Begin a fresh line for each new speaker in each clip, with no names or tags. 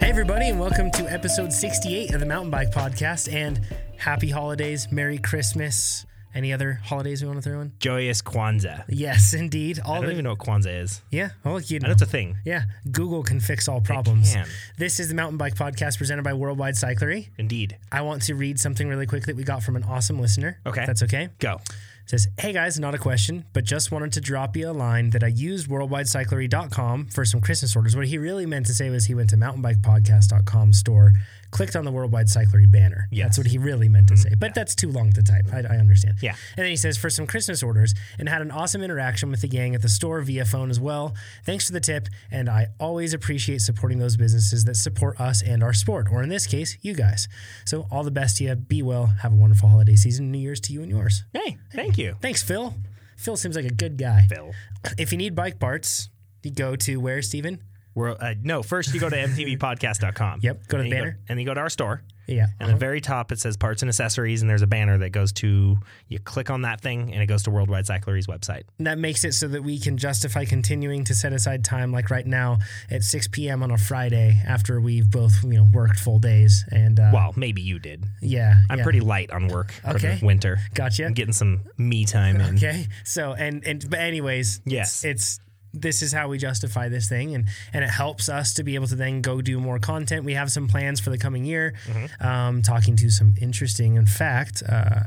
everybody, and welcome to episode 68 of the Mountain Bike Podcast. And happy holidays, Merry Christmas. Any other holidays we want to throw in?
Joyous Kwanzaa.
Yes, indeed.
I
All
don't
the
even know what Kwanzaa is.
yeah. Well, you
I
know.
know it's a thing.
Yeah, Google can fix all problems.
can.
This is the Mountain Bike Podcast presented by Worldwide Cyclery.
Indeed.
I want to read something really quick that we got from an awesome listener.
Okay.
If that's okay.
Go.
It says, Hey guys, not a question, but just wanted to drop you a line that I used worldwidecyclery.com for some Christmas orders. What he really meant to say was he went to mountainbikepodcast.com store, clicked on the Worldwide Cyclery banner.
Yes. Mm-hmm.
That's what he really meant to say, but that's too long to type. I, I understand.
Yeah.
And then he says, For some Christmas orders and had an awesome interaction with the gang at the store via phone as well. Thanks for the tip. And I always appreciate supporting those businesses that support us and our sport, or in this case, you guys. So all the best to you. Be well. Have a wonderful holiday season. New Year's to you and yours.
Hey, thank you.
Thanks, Phil. Phil seems like a good guy.
Bill.
If you need bike parts, you go to where, Steven?
We're, uh, no, first you go to mtvpodcast.com.
Yep, go to
And
the
you
banner. Uh-huh.
and you go to our store.
Yeah.
And at the very top, it says parts and accessories, and there's a banner that goes to, you click on that thing, and it goes to Worldwide Cyclery's website.
And that makes it so that we can justify continuing to set aside time, like right now at 6 p.m. on a Friday after we've both, you know, worked full days. And uh,
Well, maybe you did.
yeah,
I'm
yeah.
pretty light on work
Okay.
for the winter.
Gotcha.
I'm getting some me time in.
Okay. So and and but anyways,
Yes.
it's, it's this is how we justify this thing, and and it helps us to be able to then go do more content. We have some plans for the coming year. Um, talking to some interesting. In fact, uh,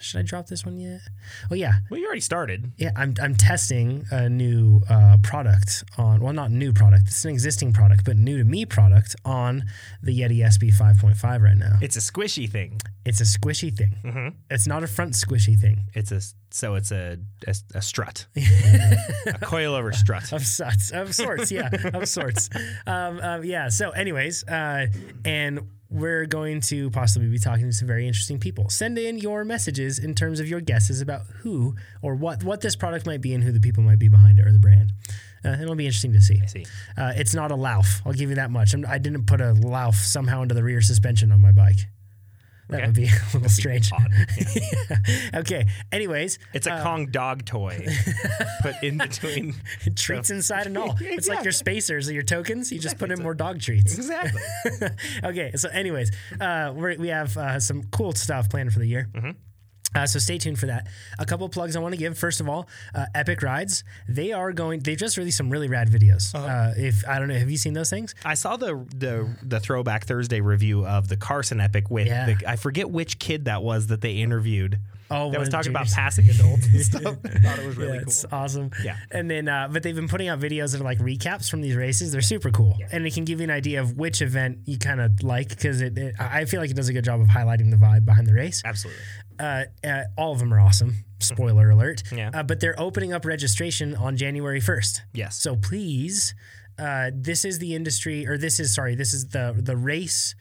should I drop this one yet? Oh yeah,
Well, you already started.
yeah. I'm I'm testing a new uh, product on. Well, not new product. It's an existing product, but new to me product on the Yeti SB 5.5 right now.
It's a squishy thing.
It's a squishy thing. It's not a front squishy thing.
It's a, so it's a, a, a strut, a coilover strut.
of sorts, of sorts, yeah, of sorts. Um, um, yeah. So, anyways, uh, and we're going to possibly be talking to some very interesting people. Send in your messages in terms of your guesses about who or what what this product might be and who the people might be behind it or the brand. Uh, it'll be interesting to see. I
see.
Uh, it's not a Lauf. I'll give you that much. I'm, I didn't put a Lauf somehow into the rear suspension on my bike. That
Okay.
would be a little strange.
odd.
okay. Anyways,
It's a Kong dog toy put in between.
treats inside and all. It's like
Exactly.
your spacers or your tokens. You just put in more dog treats.
Exactly.
okay, so anyways, uh, we're, we have uh, some cool stuff planned for the year.
Mm-hmm.
Uh, so stay tuned for that. A couple plugs I want to give. First of all, uh, Epic Rides. They are going. They've just released some really rad videos.
Uh-huh.
Uh, if I don't know, have you seen those things?
I saw the the the throwback Thursday review of the Carson epic with
Yeah.
the, I forget which kid that was that they interviewed.
Oh,
that
one of
was
the
talking about
juniors.
passing adults and stuff. I thought it was really
yeah,
cool.
It's awesome.
Yeah.
And then, uh, but they've been putting out videos that are like recaps from these races. They're super cool, and it can give you an idea of which event you kind of like because it, it. I feel like it does a good job of highlighting the vibe behind the race.
Absolutely.
uh, uh, all of them are awesome. Spoiler alert.
Yeah.
Uh, but they're opening up registration on January 1st.
Yes.
So please, uh, this is the industry, or this is, sorry, this is the, the race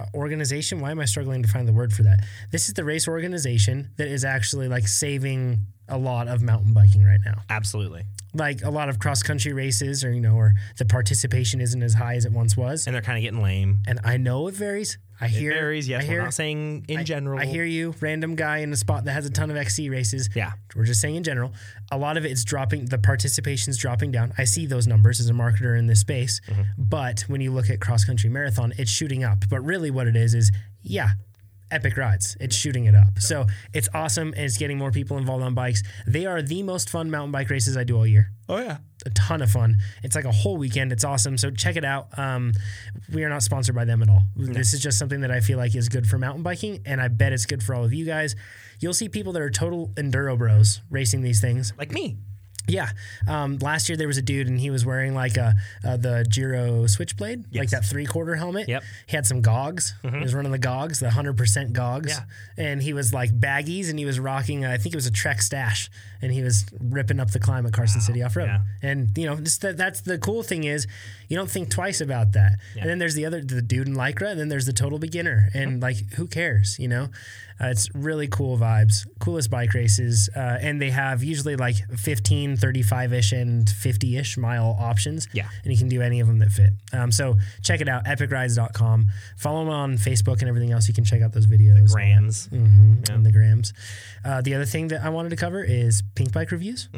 uh, organization. Why am I struggling to find the word for that? This is the race organization that is actually like saving a lot of mountain biking right now
Absolutely.
like a lot of cross country races or you know or the participation isn't as high as it once was
And they're kind of getting lame.
and i know it varies i hear
Varies.
I
Yes.
hear
We're not saying in general.
I hear you, random guy in a spot that has a ton of XC races.
Yeah.
We're just saying in general, a lot of it's dropping, the participation's dropping down. I see those numbers as a marketer in this space.
Mm-hmm.
But when you look at cross country marathon, it's shooting up. But really, what it is is, yeah. Epic rides. It's shooting it up. So it's awesome. And it's getting more people involved on bikes. They are the most fun mountain bike races I do all year
Oh yeah.
a ton of fun. It's like a whole weekend. It's awesome. So check it out. Um, we are not sponsored by them at all. This is just something that I feel like is good for mountain biking, and I bet it's good for all of you guys. You'll see people that are total enduro bros racing these things.
Like me.
Yeah. Um, last year there was a dude and he was wearing like a uh, the Giro Switchblade, like that three quarter helmet.
Yep.
He had some gogs. He was running the gogs, the hundred percent gogs.
Mm-hmm. Yeah.
And he was like baggies and he was rocking. uh, I think it was a Trek stash, and he was ripping up the climb at Carson City off road.
Yeah.
And you know, just that, that's the cool thing is you don't think twice about that. And then there's the other the dude in lycra, and then there's the total beginner,
Mm-hmm.
and like who cares, you know? Uh, it's really cool vibes, coolest bike races, uh, and they have usually like 15, 35 ish, and 50 ish mile options.
Yeah.
and you can do any of them that fit. Um, so check it out, epicrides.com. Follow them on Facebook and everything else. You can check out those videos
Grams.
Mm. Mm-hmm. and the grams. Uh, the other thing that I wanted to cover is pink bike reviews.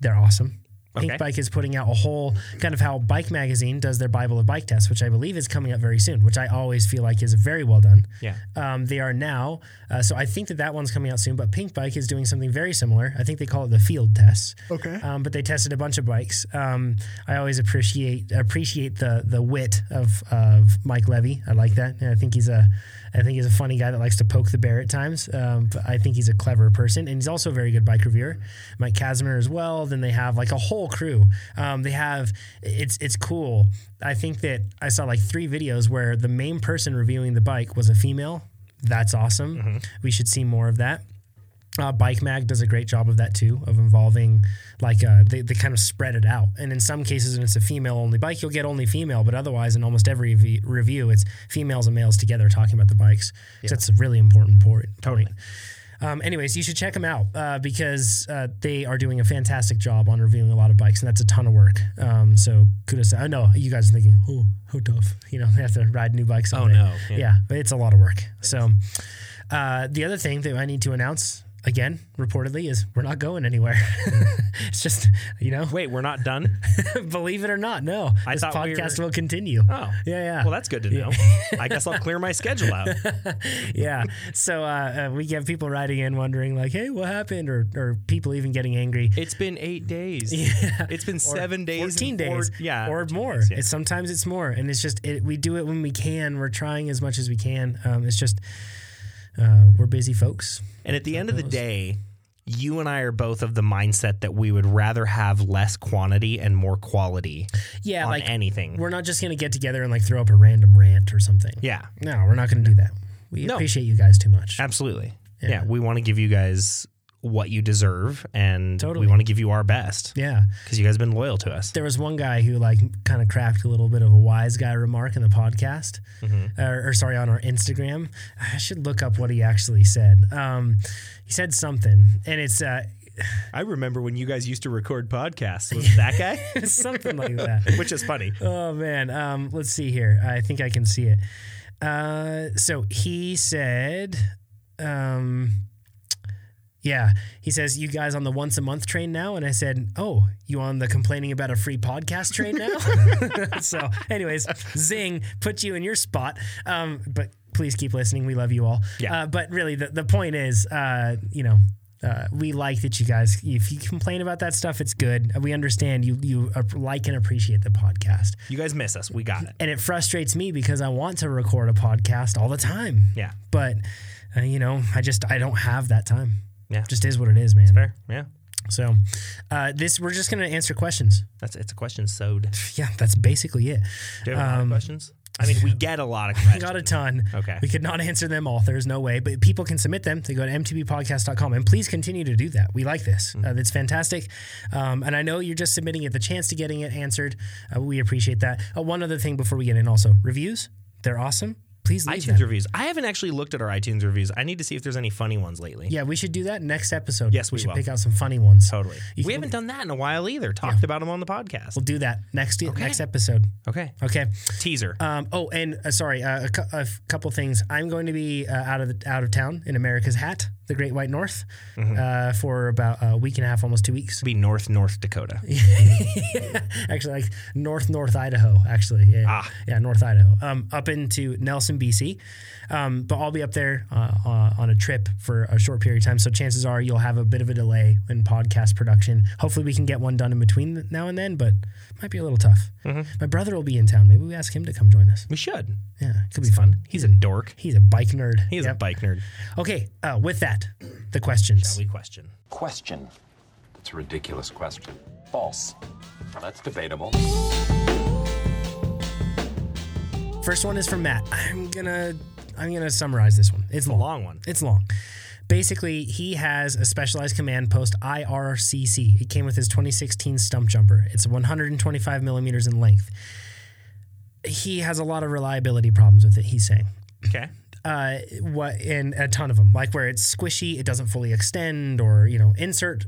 They're awesome. Pink
Mm-hmm. Okay.
Bike is putting out a whole kind of how Bike Magazine does their Bible of Bike Tests, which I believe is coming up very soon, which I always feel like is very well done.
Yeah.
Um, they are now, uh, so I think that that one's coming out soon. But Pink Bike is doing something very similar. I think they call it the Field Test.
Okay.
Um, but they tested a bunch of bikes. Um, I always appreciate appreciate the the wit of of Mike Levy. I like that. And I think he's a I think he's a funny guy that likes to poke the bear at times. Um, but I think he's a clever person, and he's also a very good bike reviewer. Mike Casimir as well. Then they have like a whole crew. Um, they have it's it's cool. I think that I saw like three videos where the main person reviewing the bike was a female. That's awesome. We should see more of that. Uh, Bike Mag does a great job of that too, of involving like uh, they, they kind of spread it out. And in some cases, when it's a female only bike, you'll get only female, but otherwise, in almost every v- review, it's females and males together talking about the bikes. So that's a really important point.
Totally.
Um, anyways, you should check them out uh, because uh, they are doing a fantastic job on reviewing a lot of bikes, and that's a ton of work. Um, so kudos. I know you guys are thinking, oh, how tough. You know, they have to ride new bikes. all
Oh,
day.
no.
Yeah.
Yeah.
but it's a lot of work. So uh, the other thing that I need to announce again, reportedly, is we're not going anywhere. it's just, you know,
Wait, we're not done.
believe it or not, no,
I
this
thought we
podcast
were-
will continue.
Oh.
Yeah, yeah.
Well, that's good to know. I guess I'll clear my schedule out.
yeah. So uh, uh, we have people writing in wondering, like, hey, what happened? Or, or people even getting angry.
It's been eight days. It's been seven days.
14
and four-
days
yeah.
or
14
more
days, yeah.
it's sometimes it's more and it's just it, we do it when we can we're trying as much as we can um, it's just uh, we're busy folks
And at the end of the day, you and I are both of the mindset that we would rather have less quantity and more quality
yeah
on
like
anything.
we're not just gonna get together and like throw up a random rant or something
yeah,
no we're not gonna do that we
No.
appreciate you guys too much
absolutely. Yeah, we want to give you guys what you deserve, and
Totally.
we want to give you our best
yeah
because you guys have been loyal to us.
there was one guy who like kind of cracked a little bit of a wise guy remark in the podcast
Mm-hmm.
or, or sorry on our instagram i should look up what he actually said um, he said something and it's uh,
I remember when you guys used to record podcasts. Was it that guy?
something like that
Which is funny.
Oh man, um, let's see here. I think I can see it. Uh, so he said, um, yeah, he says you guys on the once a month train now, and I said, oh, you on the complaining about a free podcast train now? so, anyways, zing, put you in your spot. Um, but please keep listening. We love you all.
Yeah.
Uh, but really, the the point is, uh, you know. Uh, we like that you guys. If you complain about that stuff, it's good. We understand you. You uh, like and appreciate the podcast,
You guys miss us. We got it.
and it frustrates me because I want to record a podcast all the time.
Yeah.
But uh, you know, I just I don't have that time.
Yeah.
just is what it is, man.
Fair. Yeah.
So, uh, this we're just gonna answer questions.
That's it's a question sewed.
Yeah, that's basically it.
Do you have a lot of questions? Um, I mean, we get a lot of questions.
Got a ton.
Okay.
We could not answer them all. There's no way, but people can submit them. They go to mtbpodcast.com and please continue to do that. We like this.
Mm-hmm.
Uh, that's fantastic. Um, and I know you're just submitting it, the chance to getting it answered. Uh, we appreciate that. Uh, one other thing before we get in also reviews, they're awesome. Please leave them.
iTunes reviews. I haven't actually looked at our iTunes reviews. I need to see if there's any funny ones lately.
Yeah, we should do that next episode.
Yes, we
should
will.
pick out some funny ones.
Totally.
You
we
can-
haven't done that in a while either. Talked about them on the podcast.
We'll do that next next episode.
Okay.
Okay.
Teaser.
Um, oh, and uh, sorry, uh, a, cou- a f- couple things. I'm going to be uh, out of the, out of town in America's Hat, the Great White North,
Mm-hmm.
uh, for about a week and a half, almost two weeks.
It'll be North North Dakota.
Actually, like North North Idaho. Actually, yeah,
Ah.
yeah, North Idaho. Um, up into Nelson, BC. Um, but I'll be up there uh, uh, on a trip for a short period of time. So chances are you'll have a bit of a delay in podcast production. Hopefully, we can get one done in between now and then, but might be a little tough.
Mm-hmm.
My brother will be in town. Maybe we ask him to come join us.
We should.
Yeah, it could be fun.
He's a dork.
He's a bike nerd.
He's a
Yep.
bike nerd.
Okay, uh, with that, the questions.
We question.
Question.
It's a ridiculous question. False. That's debatable.
First one is from Matt. I'm gonna I'm gonna summarize this one. It's long.
Long one.
It's long. Basically, he has a specialized command post IRCC. It came with his 2016 stump jumper. It's 125 millimeters in length. He has a lot of reliability problems with it. He's saying.
Okay.
uh, what in a ton of them, like where it's squishy, it doesn't fully extend, or you know, insert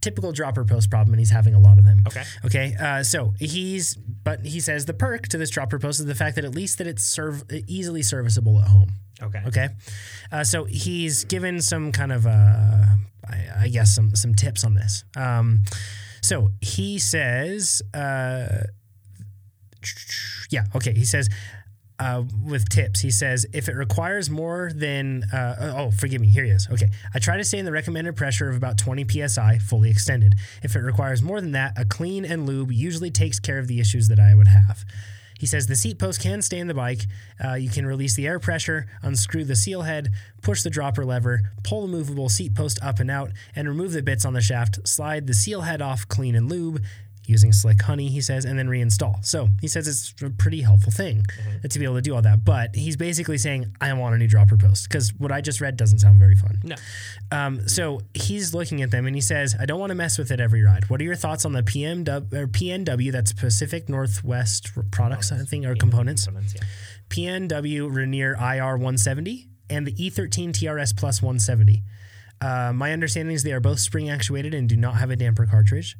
typical dropper post problem, and he's having a lot of them.
Okay.
Okay. Uh, so he's, but he says the perk to this dropper post is the fact that at least that it's serve easily serviceable at home.
Okay.
Okay. Uh, so he's given some kind of, uh, I, I guess, some some tips on this. Um, So he says, uh, yeah, okay. He says, uh, with tips, he says, if it requires more than, uh, oh, forgive me, here he is. Okay. I try to stay in the recommended pressure of about 20 psi, fully extended. If it requires more than that, a clean and lube usually takes care of the issues that I would have. He says the seat post can stay in the bike. Uh, you can release the air pressure, unscrew the seal head, push the dropper lever, pull the movable seat post up and out, and remove the bits on the shaft. Slide the seal head off, clean and lube using slick honey, he says, and then reinstall. So he says it's a pretty helpful thing to be able to do all that. But he's basically saying, I want a new dropper post because what I just read doesn't sound very fun.
No.
Um, so he's looking at them and he says, I don't want to mess with it every ride. What are your thoughts on the PMW, or PNW, that's Pacific Northwest Products, I think, or components?
Components, yeah.
PNW Rainier IR 170 and the E E13 TRS Plus 170. Uh, my understanding is they are both spring actuated and do not have a damper cartridge.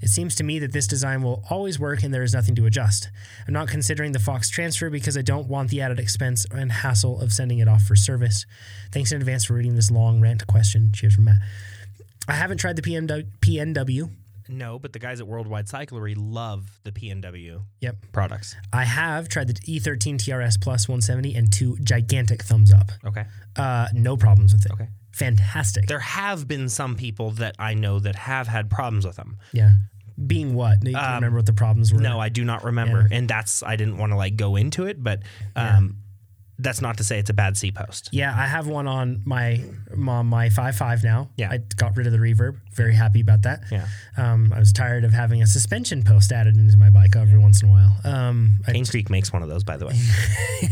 It seems to me that this design will always work and there is nothing to adjust. I'm not considering the Fox transfer because I don't want the added expense and hassle of sending it off for service. Thanks in advance for reading this long rant question. Cheers from Matt. I haven't tried the PMW, PNW.
No, but the guys at Worldwide Cyclery love the PNW
Yep.
products.
I have tried the E E13 TRS Plus 170 and two gigantic thumbs up.
Okay.
Uh, no problems with it.
Okay.
Fantastic.
There have been some people that I know that have had problems with them.
yeah. Being what? You can remember what the problems were.
Um, No, I do not remember. And that's I didn't want to like go into it, but um that's not to say it's a bad C post.
Yeah, I have one on my mom, my five five now.
Yeah.
I got rid of the reverb. Very happy about that.
Yeah.
Um, I was tired of having a suspension post added into my bike every once in a while. Um, I,
Cane Creek makes one of those, by the way.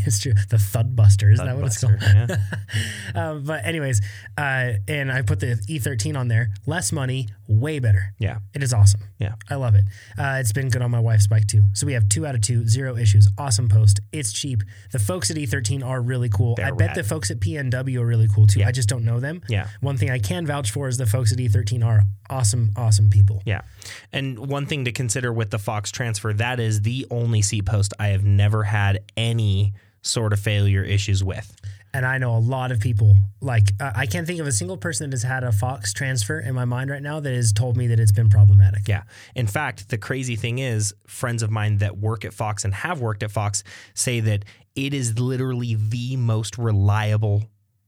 it's true. The Thud Buster, is that what it's called?
Buster, yeah.
Um, but anyways, uh, and I put the E13 on there. Less money, way better.
Yeah.
It is awesome.
Yeah.
I love it. Uh, it's been good on my wife's bike too. So we have two out of two, zero issues. Awesome post. It's cheap. The folks at E13 are really cool. I bet
rad.
the folks at PNW are really cool too. I just don't know them.
Yeah.
One thing I can vouch for is the folks at E13 are awesome, awesome people.
Yeah. And one thing to consider with the Fox transfer, that is the only seat post I have never had any sort of failure issues with.
And I know a lot of people. Like uh, I can't think of a single person that has had a Fox transfer in my mind right now that has told me that it's been problematic.
Yeah. In fact, the crazy thing is, friends of mine that work at Fox and have worked at Fox say that it is literally the most reliable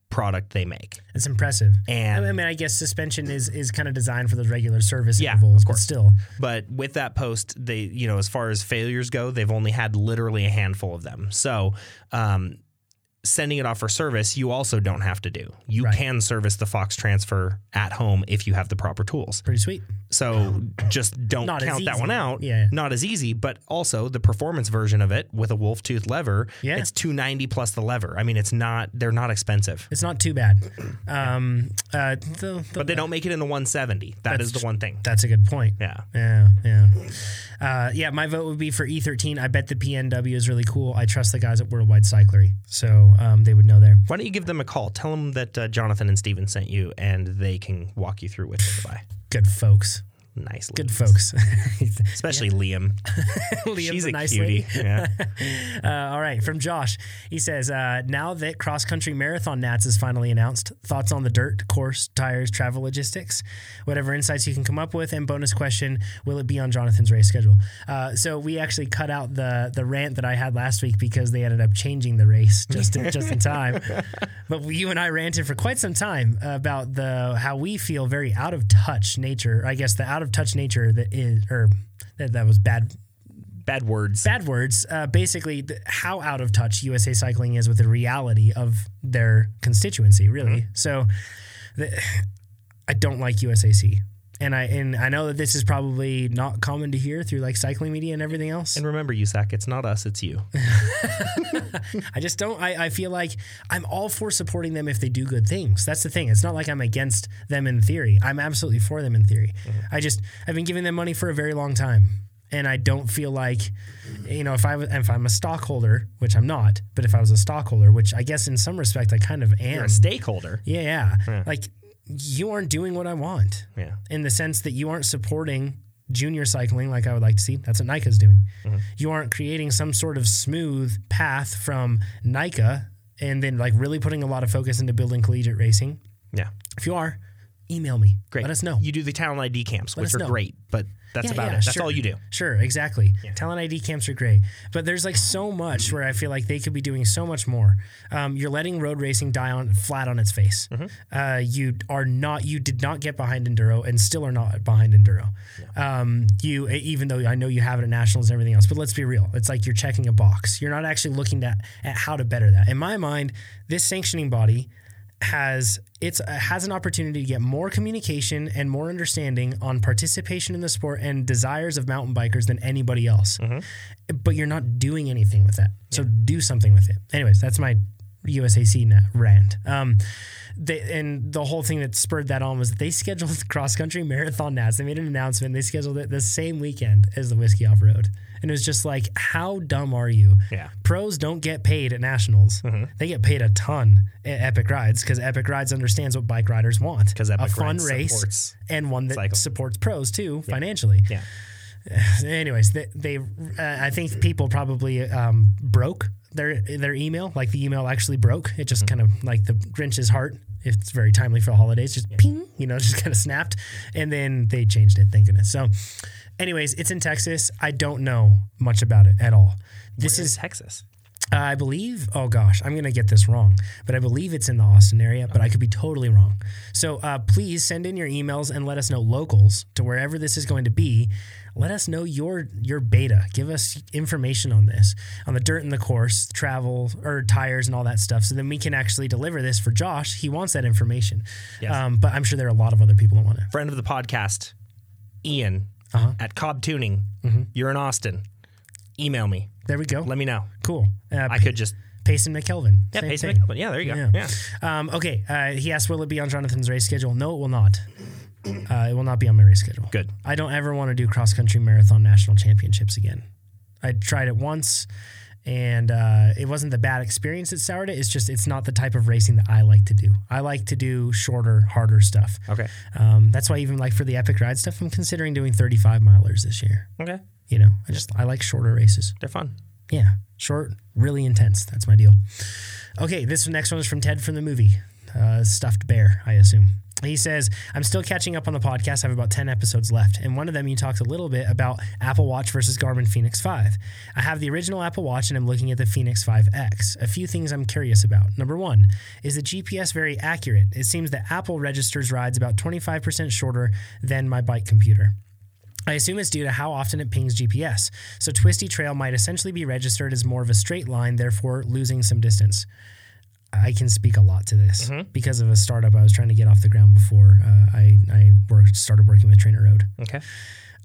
product they make.
It's impressive.
And-
I mean, I guess suspension is is kind of designed for the regular service
Yeah,
intervals, but
of course.
still.
But with that post, they, you know, as far as failures go, they've only had literally a handful of them. So, um, sending it off for service, you also don't have to do. You
Right.
can service the Fox transfer at home if you have the proper tools.
Pretty sweet.
So just don't
Not as
count that
easy.
one out.
Yeah.
Not as easy, but also the performance version of it with a wolf tooth lever,
Yeah.
it's 290 plus the lever. I mean, it's not, they're not expensive.
It's not too bad. Um, uh, the, the-
But they don't make it in the 170. That's the one thing.
that's a good point.
Yeah.
Yeah, yeah, uh, yeah. My vote would be for E13. I bet the PNW is really cool. I trust the guys at Worldwide Cyclery, so um, they would know there.
Why don't you give them a call? Tell them that uh, Jonathan and Steven sent you, and they can walk you through what to buy.
Good folks,
Nicely.
good folks.
Especially Liam.
Liam's
She's
a
a,
nice lady.
cutie. Yeah.
Uh, all right, from Josh. He says, uh, now that cross country marathon Nats is finally announced, thoughts on the dirt, course, tires, travel logistics, whatever insights you can come up with, and bonus question: Will it be on Jonathan's race schedule? Uh, so we actually cut out the the rant that I had last week because they ended up changing the race just in, just in time. But you and I ranted for quite some time about the how we feel very out of touch nature. I guess the out of touch nature that is or. That, that was bad
Bad words.
bad words, uh, basically th- how out of touch USA Cycling is with the reality of their constituency, really. So the, I don't like USAC. And I and I know that this is probably not common to hear through like cycling media and everything else.
And remember, Yusak, it's not us, it's you.
I just don't. I, I feel like I'm all for supporting them if they do good things. That's the thing. It's not like I'm against them in theory. I'm absolutely for them in theory.
Mm-hmm.
I just I've been giving them money for a very long time, and I don't feel like, you know, if I was if I'm a stockholder, which I'm not, but if I was a stockholder, which I guess in some respect I kind of am.
You're a stakeholder.
yeah, yeah, Like you aren't doing what I want
Yeah.
in the sense that you aren't supporting junior cycling like I would like to see. That's what Nika's doing.
Mm-hmm.
You aren't creating some sort of smooth path from Nika and then like really putting a lot of focus into building collegiate racing.
Yeah.
If you are, email me.
Great.
Let us know.
You do the talent ID camps,
Let
which
us
are
know.
great, but that's
Yeah,
about
yeah,
it. That's
sure.
all you do.
Sure, exactly. Talent ID camps are great, but there's like so much where I feel like they could be doing so much more. Um, you're letting road racing die on flat on its face.
Mm-hmm.
Uh, you are not. You did not get behind enduro, and still are not behind enduro. Um, you, even though I know you have it at nationals and everything else, but let's be real. It's like you're checking a box. You're not actually looking at at how to better that. In my mind, this sanctioning body has it's uh, has an opportunity to get more communication and more understanding on participation in the sport and desires of mountain bikers than anybody else. But you're not doing anything with that. So do something with it. Anyways, that's my USAC na- rant. Um, they, and the whole thing that spurred that on was that they scheduled the cross country marathon nats. They made an announcement. They scheduled it the same weekend as the whiskey off road. And it was just like, how dumb are you?
Yeah.
pros don't get paid at nationals.
Mm-hmm.
They get paid a ton at Epic Rides because Epic Rides understands what bike riders want.
'Cause
a
Epic
fun
Rides
race
supports
and one that
cycling.
supports pros too financially.
Yeah.
Anyways, they, they uh, I think people probably um, broke their their email. Like the email actually broke. It
Mm-hmm.
just kind of like the Grinch's heart. It's very timely for the holidays. Just ping, you know, just kind of snapped, and then they changed it. Thank goodness. So, anyways, it's in Texas. I don't know much about it at all. This
Where
is
is Texas.
I believe, oh gosh, I'm going to get this wrong, but I believe it's in the Austin area, but I could be totally wrong. So uh, please send in your emails and let us know locals to wherever this is going to be. Let us know your your beta. Give us information on this, on the dirt in the course, travel or tires and all that stuff, so then we can actually deliver this for Josh. He wants that information.
Yes.
Um, but I'm sure there are a lot of other people that want it.
Friend of the podcast, Ian
Uh-huh.
at Cobb Tuning.
Mm-hmm.
You're in Austin. Email me.
There we go.
Let me know.
cool. Uh,
I could just
Payson McKelvin.
yeah,
Same
Pace
thing.
McKelvin. Yeah, there you go. Yeah.
Yeah. Um, okay. Uh, he asked, will it be on Jonathan's race schedule? No, it will not. Uh, it will not be on my race schedule.
Good.
I don't ever want to do cross country marathon national championships again. I tried it once, and uh, it wasn't the bad experience that soured it. It's just it's not the type of racing that I like to do. I like to do shorter, harder stuff.
Okay.
Um, that's why even like for the epic ride stuff, I'm considering doing 35 milers this year.
Okay.
You know, I just I like shorter races.
They're fun.
Yeah, short, really intense. That's my deal. Okay, this next one is from Ted from the movie uh, Stuffed Bear, I assume. He says, I'm still catching up on the podcast. I have about 10 episodes left. And one of them, you talked a little bit about Apple Watch versus Garmin Phoenix 5. I have the original Apple Watch and I'm looking at the Phoenix 5X. A few things I'm curious about. Number one, is the GPS very accurate? It seems that Apple registers rides about 25% shorter than my bike computer. I assume it's due to how often it pings GPS. So Twisty Trail might essentially be registered as more of a straight line, therefore losing some distance. I can speak a lot to this
Mm-hmm.
because of a startup I was trying to get off the ground before uh, I, I worked, started working with Trainer Road.
Okay.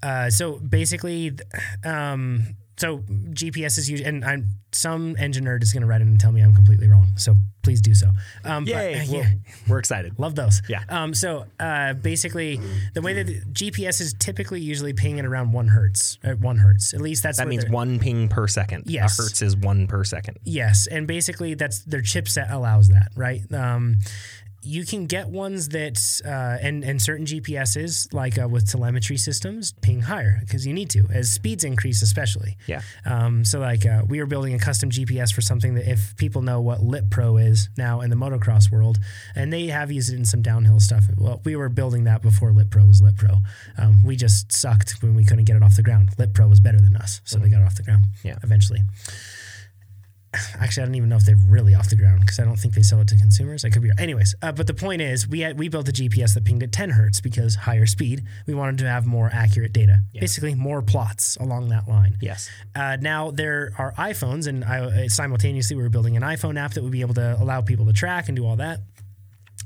Uh, so basically, th- um, so GPS is used, and I'm some engine nerd is going to write in and tell me I'm completely wrong. So please do so. Um, but-
Yay.
yeah.
Well, We're excited.
Love those.
Yeah.
Um, so uh, basically, the way that the GPS is typically usually pinging at around one hertz, at one hertz. At least that's
That
what
means
they're-
one ping per second.
Yes.
A hertz is one per second.
Yes, and basically that's their chipset allows that, right? Um, you can get ones that uh, and and certain GPSs like uh, with telemetry systems ping higher because you need to as speeds increase, especially.
Yeah.
Um, so like uh, we were building a custom GPS for something that if people know what Lit Pro is now in the motocross world, and they have used it in some downhill stuff. Well, we were building that before Lit Pro was Lit Pro. Um, we just sucked when we couldn't get it off the ground. Lit Pro was better than us, so they got it off the ground.
Mm-hmm. Yeah.
Eventually. Actually, I don't even know if they're really off the ground because I don't think they sell it to consumers. I could be. Anyways, uh, but the point is, we had, we built a GPS that pinged at 10 hertz because higher speed. We wanted to have more accurate data, basically more plots along that line.
Yes.
Uh, now there are iPhones, and I, uh, simultaneously we were building an iPhone app that would be able to allow people to track and do all that.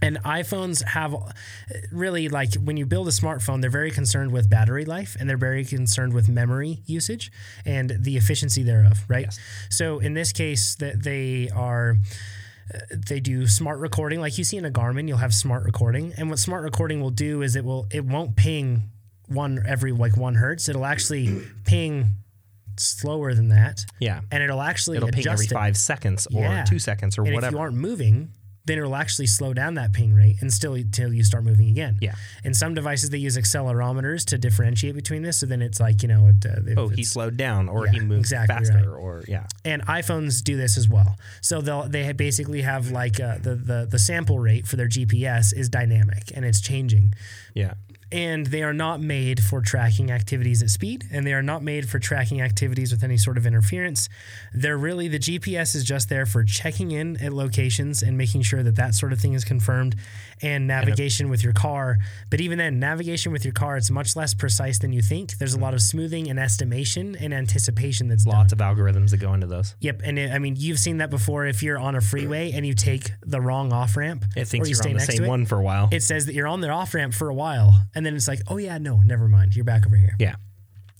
And iPhones have uh, really like when you build a smartphone, they're very concerned with battery life and they're very concerned with memory usage and the efficiency thereof, right? So in this case, that they are they do smart recording like you see in a Garmin you'll have smart recording and what smart recording will do is it will it won't ping one every like 1 hertz it'll actually ping slower than that
Yeah.
and it'll actually
It'll ping
adjust
every
it.
five seconds or
Yeah.
two seconds or
and if you
whatever.
aren't moving then it'll actually slow down that ping rate and still until you start moving again.
Yeah.
And some devices they use accelerometers to differentiate between this. So then it's like you know it. Uh, if
Oh, he
it's-
slowed down, or
Yeah,
he moved
exactly
faster,
right.
or yeah,
and iPhones do this as well. So they'll they ha- basically have like uh, the the the sample rate for their GPS is dynamic and it's changing.
yeah.
And they are not made for tracking activities at speed, and they are not made for tracking activities with any sort of interference. They're really the GPS is just there for checking in at locations and making sure that that sort of thing is confirmed, and navigation with your car. But even then, navigation with your car it's much less precise than you think. There's a lot of smoothing and estimation and anticipation that's done.
Lots of algorithms that go into those.
Yep, and it, I mean you've seen that before. If you're on a freeway and you take the wrong off ramp,
It thinks you're on the same one for a while.
It says that you're on the off ramp for a while, and then it's like, oh yeah, no, never mind, you're back over here.
yeah,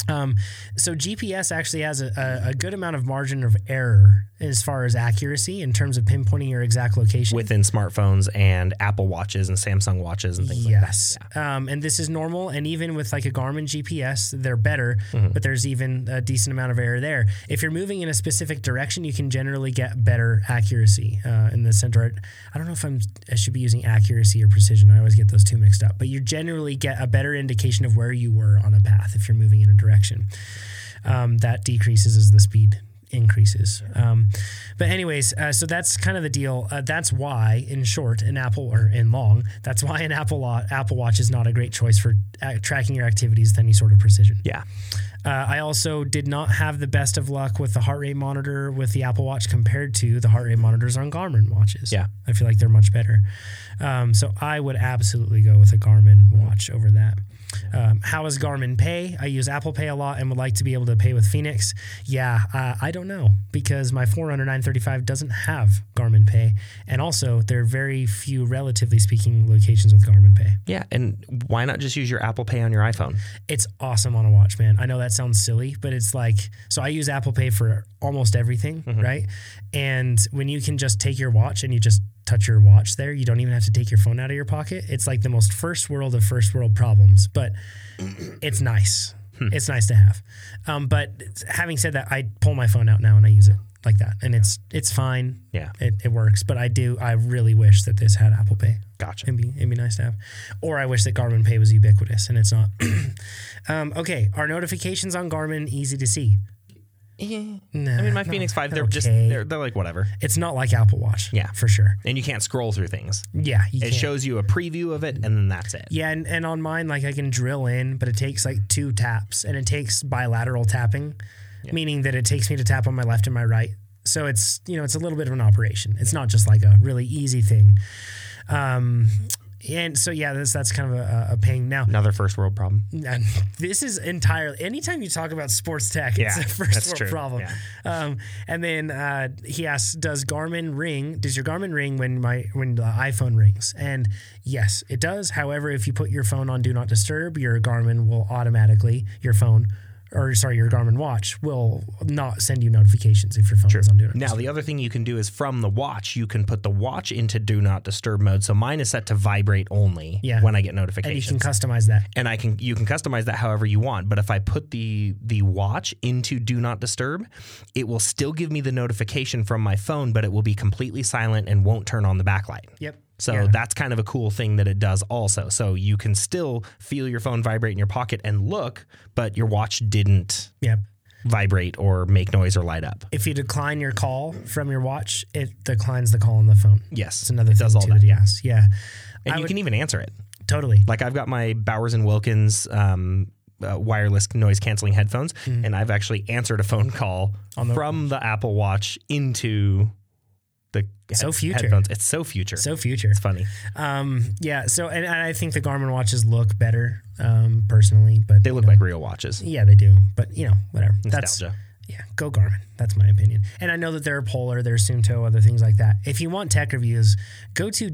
Um, so GPS actually has a, a, a good amount of margin of error as far as accuracy in terms of pinpointing your exact location.
within smartphones and Apple watches and Samsung watches and things like that.
yes, um, and this is normal. And even with like a Garmin GPS, they're better, but there's even a decent amount of error there. If you're moving in a specific direction, you can generally get better accuracy uh, in the center. I don't know if I'm I should be using accuracy or precision. I always get those two mixed up. But you generally get a better indication of where you were on a path if you're moving in a direction. Um, that decreases as the speed increases. Um, but anyways, uh, so that's kind of the deal. Uh, that's why, in short, an Apple or in long, that's why an Apple Wa- Apple Watch is not a great choice for uh, tracking your activities with any sort of precision.
Yeah.
Uh, I also did not have the best of luck with the heart rate monitor with the Apple Watch compared to the heart rate monitors on Garmin watches.
Yeah.
I feel like they're much better. Um, so I would absolutely go with a Garmin watch over that. Um, how is Garmin Pay? I use Apple Pay a lot and would like to be able to pay with Phoenix. Yeah, uh, I don't know because my Forerunner 935 doesn't have Garmin Pay. And also, there are very few, relatively speaking, locations with Garmin Pay.
Yeah, and why not just use your Apple Pay on your iPhone?
It's awesome on a watch, man. I know that sounds silly, but it's like so I use Apple Pay for almost everything, right? And when you can just take your watch and you just touch your watch there, you don't even have to take your phone out of your pocket. It's like the most first world of first world problems, but it's nice. It's nice to have. Um, but having said that, I pull my phone out now and I use it like that, and it's it's fine.
Yeah.
it, it works. But I do. I really wish that this had Apple Pay.
Gotcha.
It'd be, it'd be nice to have. Or I wish that Garmin Pay was ubiquitous and it's not. um, okay, are notifications on Garmin easy to see? No,
I mean, my Phoenix Five, they're just
okay.
they're, they're like whatever,
it's not like Apple Watch.
Yeah.
for sure.
and you can't scroll through things.
Yeah, you
It
can't.
shows you a preview of it, and then that's it.
Yeah, and, and on mine, like I can drill in, but it takes like two taps and it takes bilateral tapping, meaning that it takes me to tap on my left and my right. So it's, you know, it's a little bit of an operation. It's not just like a really easy thing. Um, and so, yeah, that's, that's kind of a, a pain. Now,
Another first world problem.
And this is entirely. Anytime you talk about sports tech, it's
Yeah,
a first
that's
world
true.
problem.
Yeah.
Um, and then uh, he asks, "Does Garmin ring? Does your Garmin ring when my when the iPhone rings?" And yes, it does. However, if you put your phone on Do Not Disturb, your Garmin will automatically your phone, or sorry, your Garmin watch will not send you notifications if your phone is on Do Not
Now, the other thing you can do is from the watch, you can put the watch into do not disturb mode. So mine is set to vibrate only
Yeah.
when I get
And you
notifications.
can customize that.
and I can you can customize that however you want. But if I put the the watch into do not disturb, it will still give me the notification from my phone, but it will be completely silent and won't turn on the backlight.
Yep.
So
Yeah.
that's kind of a cool thing that it does also. So you can still feel your phone vibrate in your pocket and look, but your watch didn't
Yep.
vibrate or make noise or light up.
If you decline your call from your watch, it declines the call on the phone.
Yes.
It's another
it
thing
does all
too
that.
yes. Yeah.
And
I
you
would-
can even answer it.
Totally.
Like I've got my Bowers and Wilkins um, uh, wireless noise canceling headphones, and I've actually answered a phone call from Mm-hmm. the Apple Watch into the
So future.
headphones. It's so future.
So future.
it's funny.
Um, yeah. So, and, and I think the Garmin watches look better, um, personally, but
They look like real watches.
yeah, they do. But you know, whatever. That's
Nostalgia.
yeah. Go Garmin. That's my opinion. And I know that they're Polar, they're Sumto, other things like that. If you want tech reviews, go to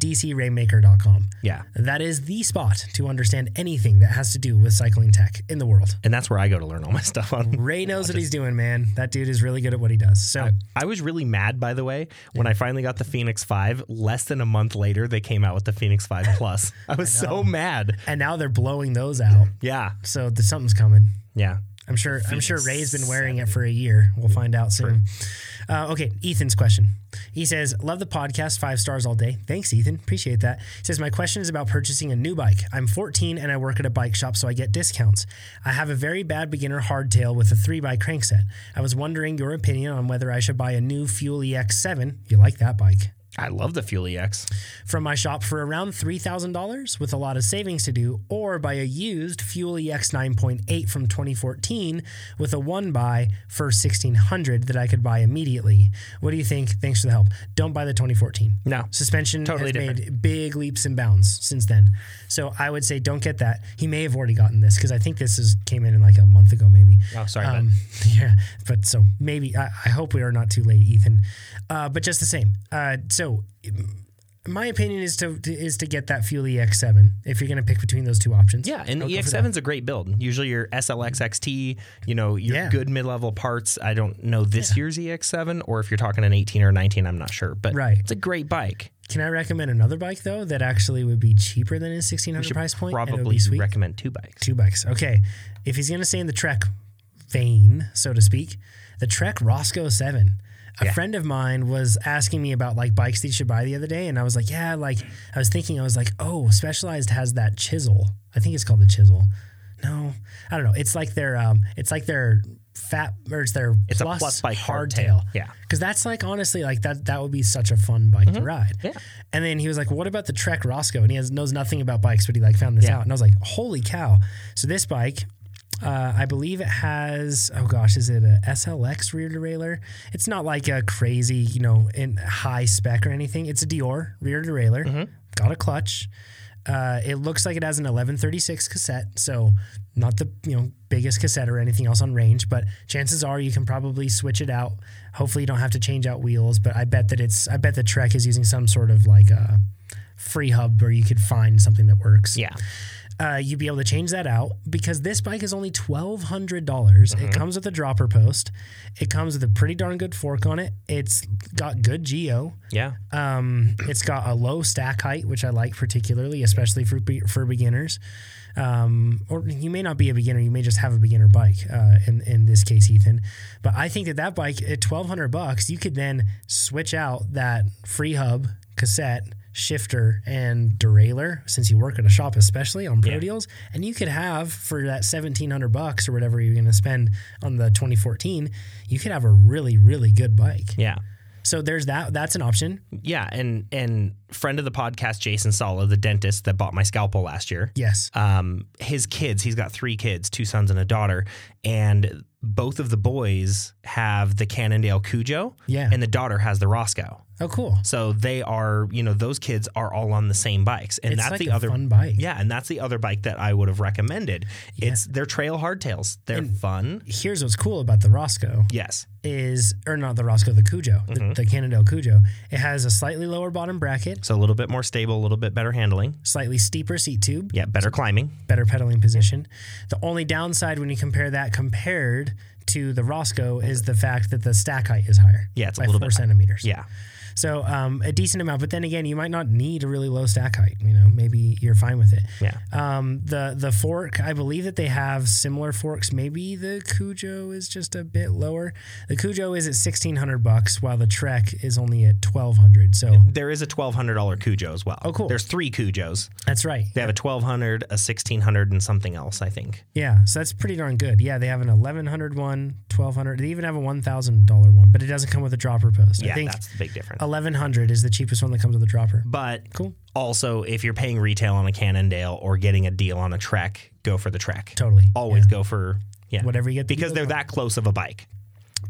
dcraymaker.com.
Yeah.
That is the spot to understand anything that has to do with cycling tech in the world.
And that's where I go to learn all my stuff on
Ray knows what he's doing, man. That dude is really good at what he does. So,
I was really mad, by the way, when I finally got the Phoenix 5. Less than a month later, they came out with the Phoenix 5 Plus. I was so mad.
and now they're blowing those out.
Yeah.
So, th- something's coming.
Yeah.
I'm sure. I'm sure Ray's been wearing it
seven.
for a year. We'll find out soon. Uh, okay, Ethan's question. He says, "Love the podcast. Five stars all day. Thanks, Ethan. Appreciate that." He says, "My question is about purchasing a new bike. I'm 14 and I work at a bike shop, so I get discounts. I have a very bad beginner hardtail with a three by crankset. I was wondering your opinion on whether I should buy a new Fuel EX7. You like that bike?"
I love the Fuel E EX.
from my shop for around $3,000 with a lot of savings to do, or by a used Fuel E EX 9.8 from 2014 with a one buy for 1600 that I could buy immediately. What do you think? Thanks for the help. Don't buy the 2014.
No.
Suspension has
Totally different.
made big leaps and bounds since then. So I would say don't get that. He may have already gotten this because I think this is came in like a month ago maybe.
Oh, sorry,
Um, yeah, but so maybe I, I hope we are not too late, Ethan. Uh, but just the same. Uh, so my opinion is to is to get that Fuel EX7 if you're going to pick between those two options.
Yeah, and
I would go for that.
EX7 is a great build. Usually your SLX XT, you know, your
Yeah.
good mid-level parts. I don't know this year's EX7 or if you're talking an 18 or 19, I'm not sure, but
Right.
it's a great bike.
Can I recommend another bike though that actually would be cheaper than his 1600 price point? and it would be
Probably
sweet?
recommend two bikes.
two bikes. Okay, if he's going to stay in the Trek vein, so to speak, the Trek Roscoe Seven. A friend of mine was asking me about like bikes that you should buy the other day, and I was like, yeah, like I was thinking, I was like, oh, Specialized has that chisel. I think it's called the chisel. No, I don't know. It's like their um, it's like their fat or it's their
It's a plus bike hardtail. Yeah. Mm-hmm.
because that's like honestly like that that would be such a fun bike to ride.
Yeah.
And then he was like, "What about the Trek Roscoe?" And he has, knows nothing about bikes, but he like found this out, and I was like, "Holy cow!" So this bike. Uh, I believe it has. Oh gosh, is it a SLX rear derailleur? It's not like a crazy, you know, in high spec or anything. It's a Dior rear derailleur.
Mm-hmm.
Got a clutch. Uh, it looks like it has an 1136 cassette, so not the you know biggest cassette or anything else on range, but chances are you can probably switch it out. Hopefully, you don't have to change out wheels, but I bet that it's I bet the Trek is using some sort of like a free hub where you could find something that works
Yeah.
uh, you'd be able to change that out because this bike is only twelve hundred dollars. It comes with a dropper post. It comes with a pretty darn good fork on it. It's got good geo.
Yeah.
Um, it's got a low stack height, which I like particularly, especially for be- for beginners. Um, or you may not be a beginner; you may just have a beginner bike. Uh, in in this case, Ethan, but I think that that bike at twelve hundred bucks, you could then switch out that free hub cassette shifter and derailleur since you work at a shop especially on pro deals and you could have for that 1700 bucks or whatever you're going to spend on the 2014 you could have a really really good bike
Yeah.
so there's that that's an option
Yeah, and and friend of the podcast Jason Sala, the dentist that bought my scalpel last year.
yes
um, his kids, he's got three kids, two sons and a daughter, and both of the boys have the Cannondale Cujo,
Yeah.
and the daughter has the Roscoe.
Oh, cool.
So they are, you know, those kids are all on the same bikes, and
It's
that's
like
the
a
other
fun bike.
Yeah, and that's the other bike that I would have recommended. It's they're trail hardtails. They're fun.
Here's what's cool about the Roscoe
Yes.
is, or not the Roscoe, the Cujo,
Mm-hmm.
the, the Cannondale Cujo. It has a slightly lower bottom bracket,
So a little bit more stable, a little bit better handling.
slightly steeper seat tube,
Yeah, better climbing.
better pedaling position. The only downside when you compare that compared to the Roscoe is the fact that the stack height is higher.
Yeah, it's a
by
little
four
bit higher.
centimeters.
Yeah.
So um, a decent amount, but then again, you might not need a really low stack height. You know, maybe you're fine with it.
Yeah.
Um, the the fork, I believe that they have similar forks. Maybe the Cujo is just a bit lower. The Cujo is at sixteen hundred bucks, while the Trek is only at twelve hundred. So
There is a twelve hundred dollar Cujo as well. Oh,
cool.
There's three Cujos.
that's right.
They have a twelve hundred, a sixteen hundred, and something else. I think.
Yeah, so that's pretty darn good. Yeah, they have an 1100 one, 1200. They even have a $1,000 one, but it doesn't come with a dropper post. I
Yeah,
think
that's the big difference.
1100 is the cheapest one that comes with a dropper.
But
Cool.
also, if you're paying retail on a Cannondale or getting a deal on a Trek, go for the Trek.
Totally.
Always go for yeah
Whatever you get the
because
deal
they're that close of a bike.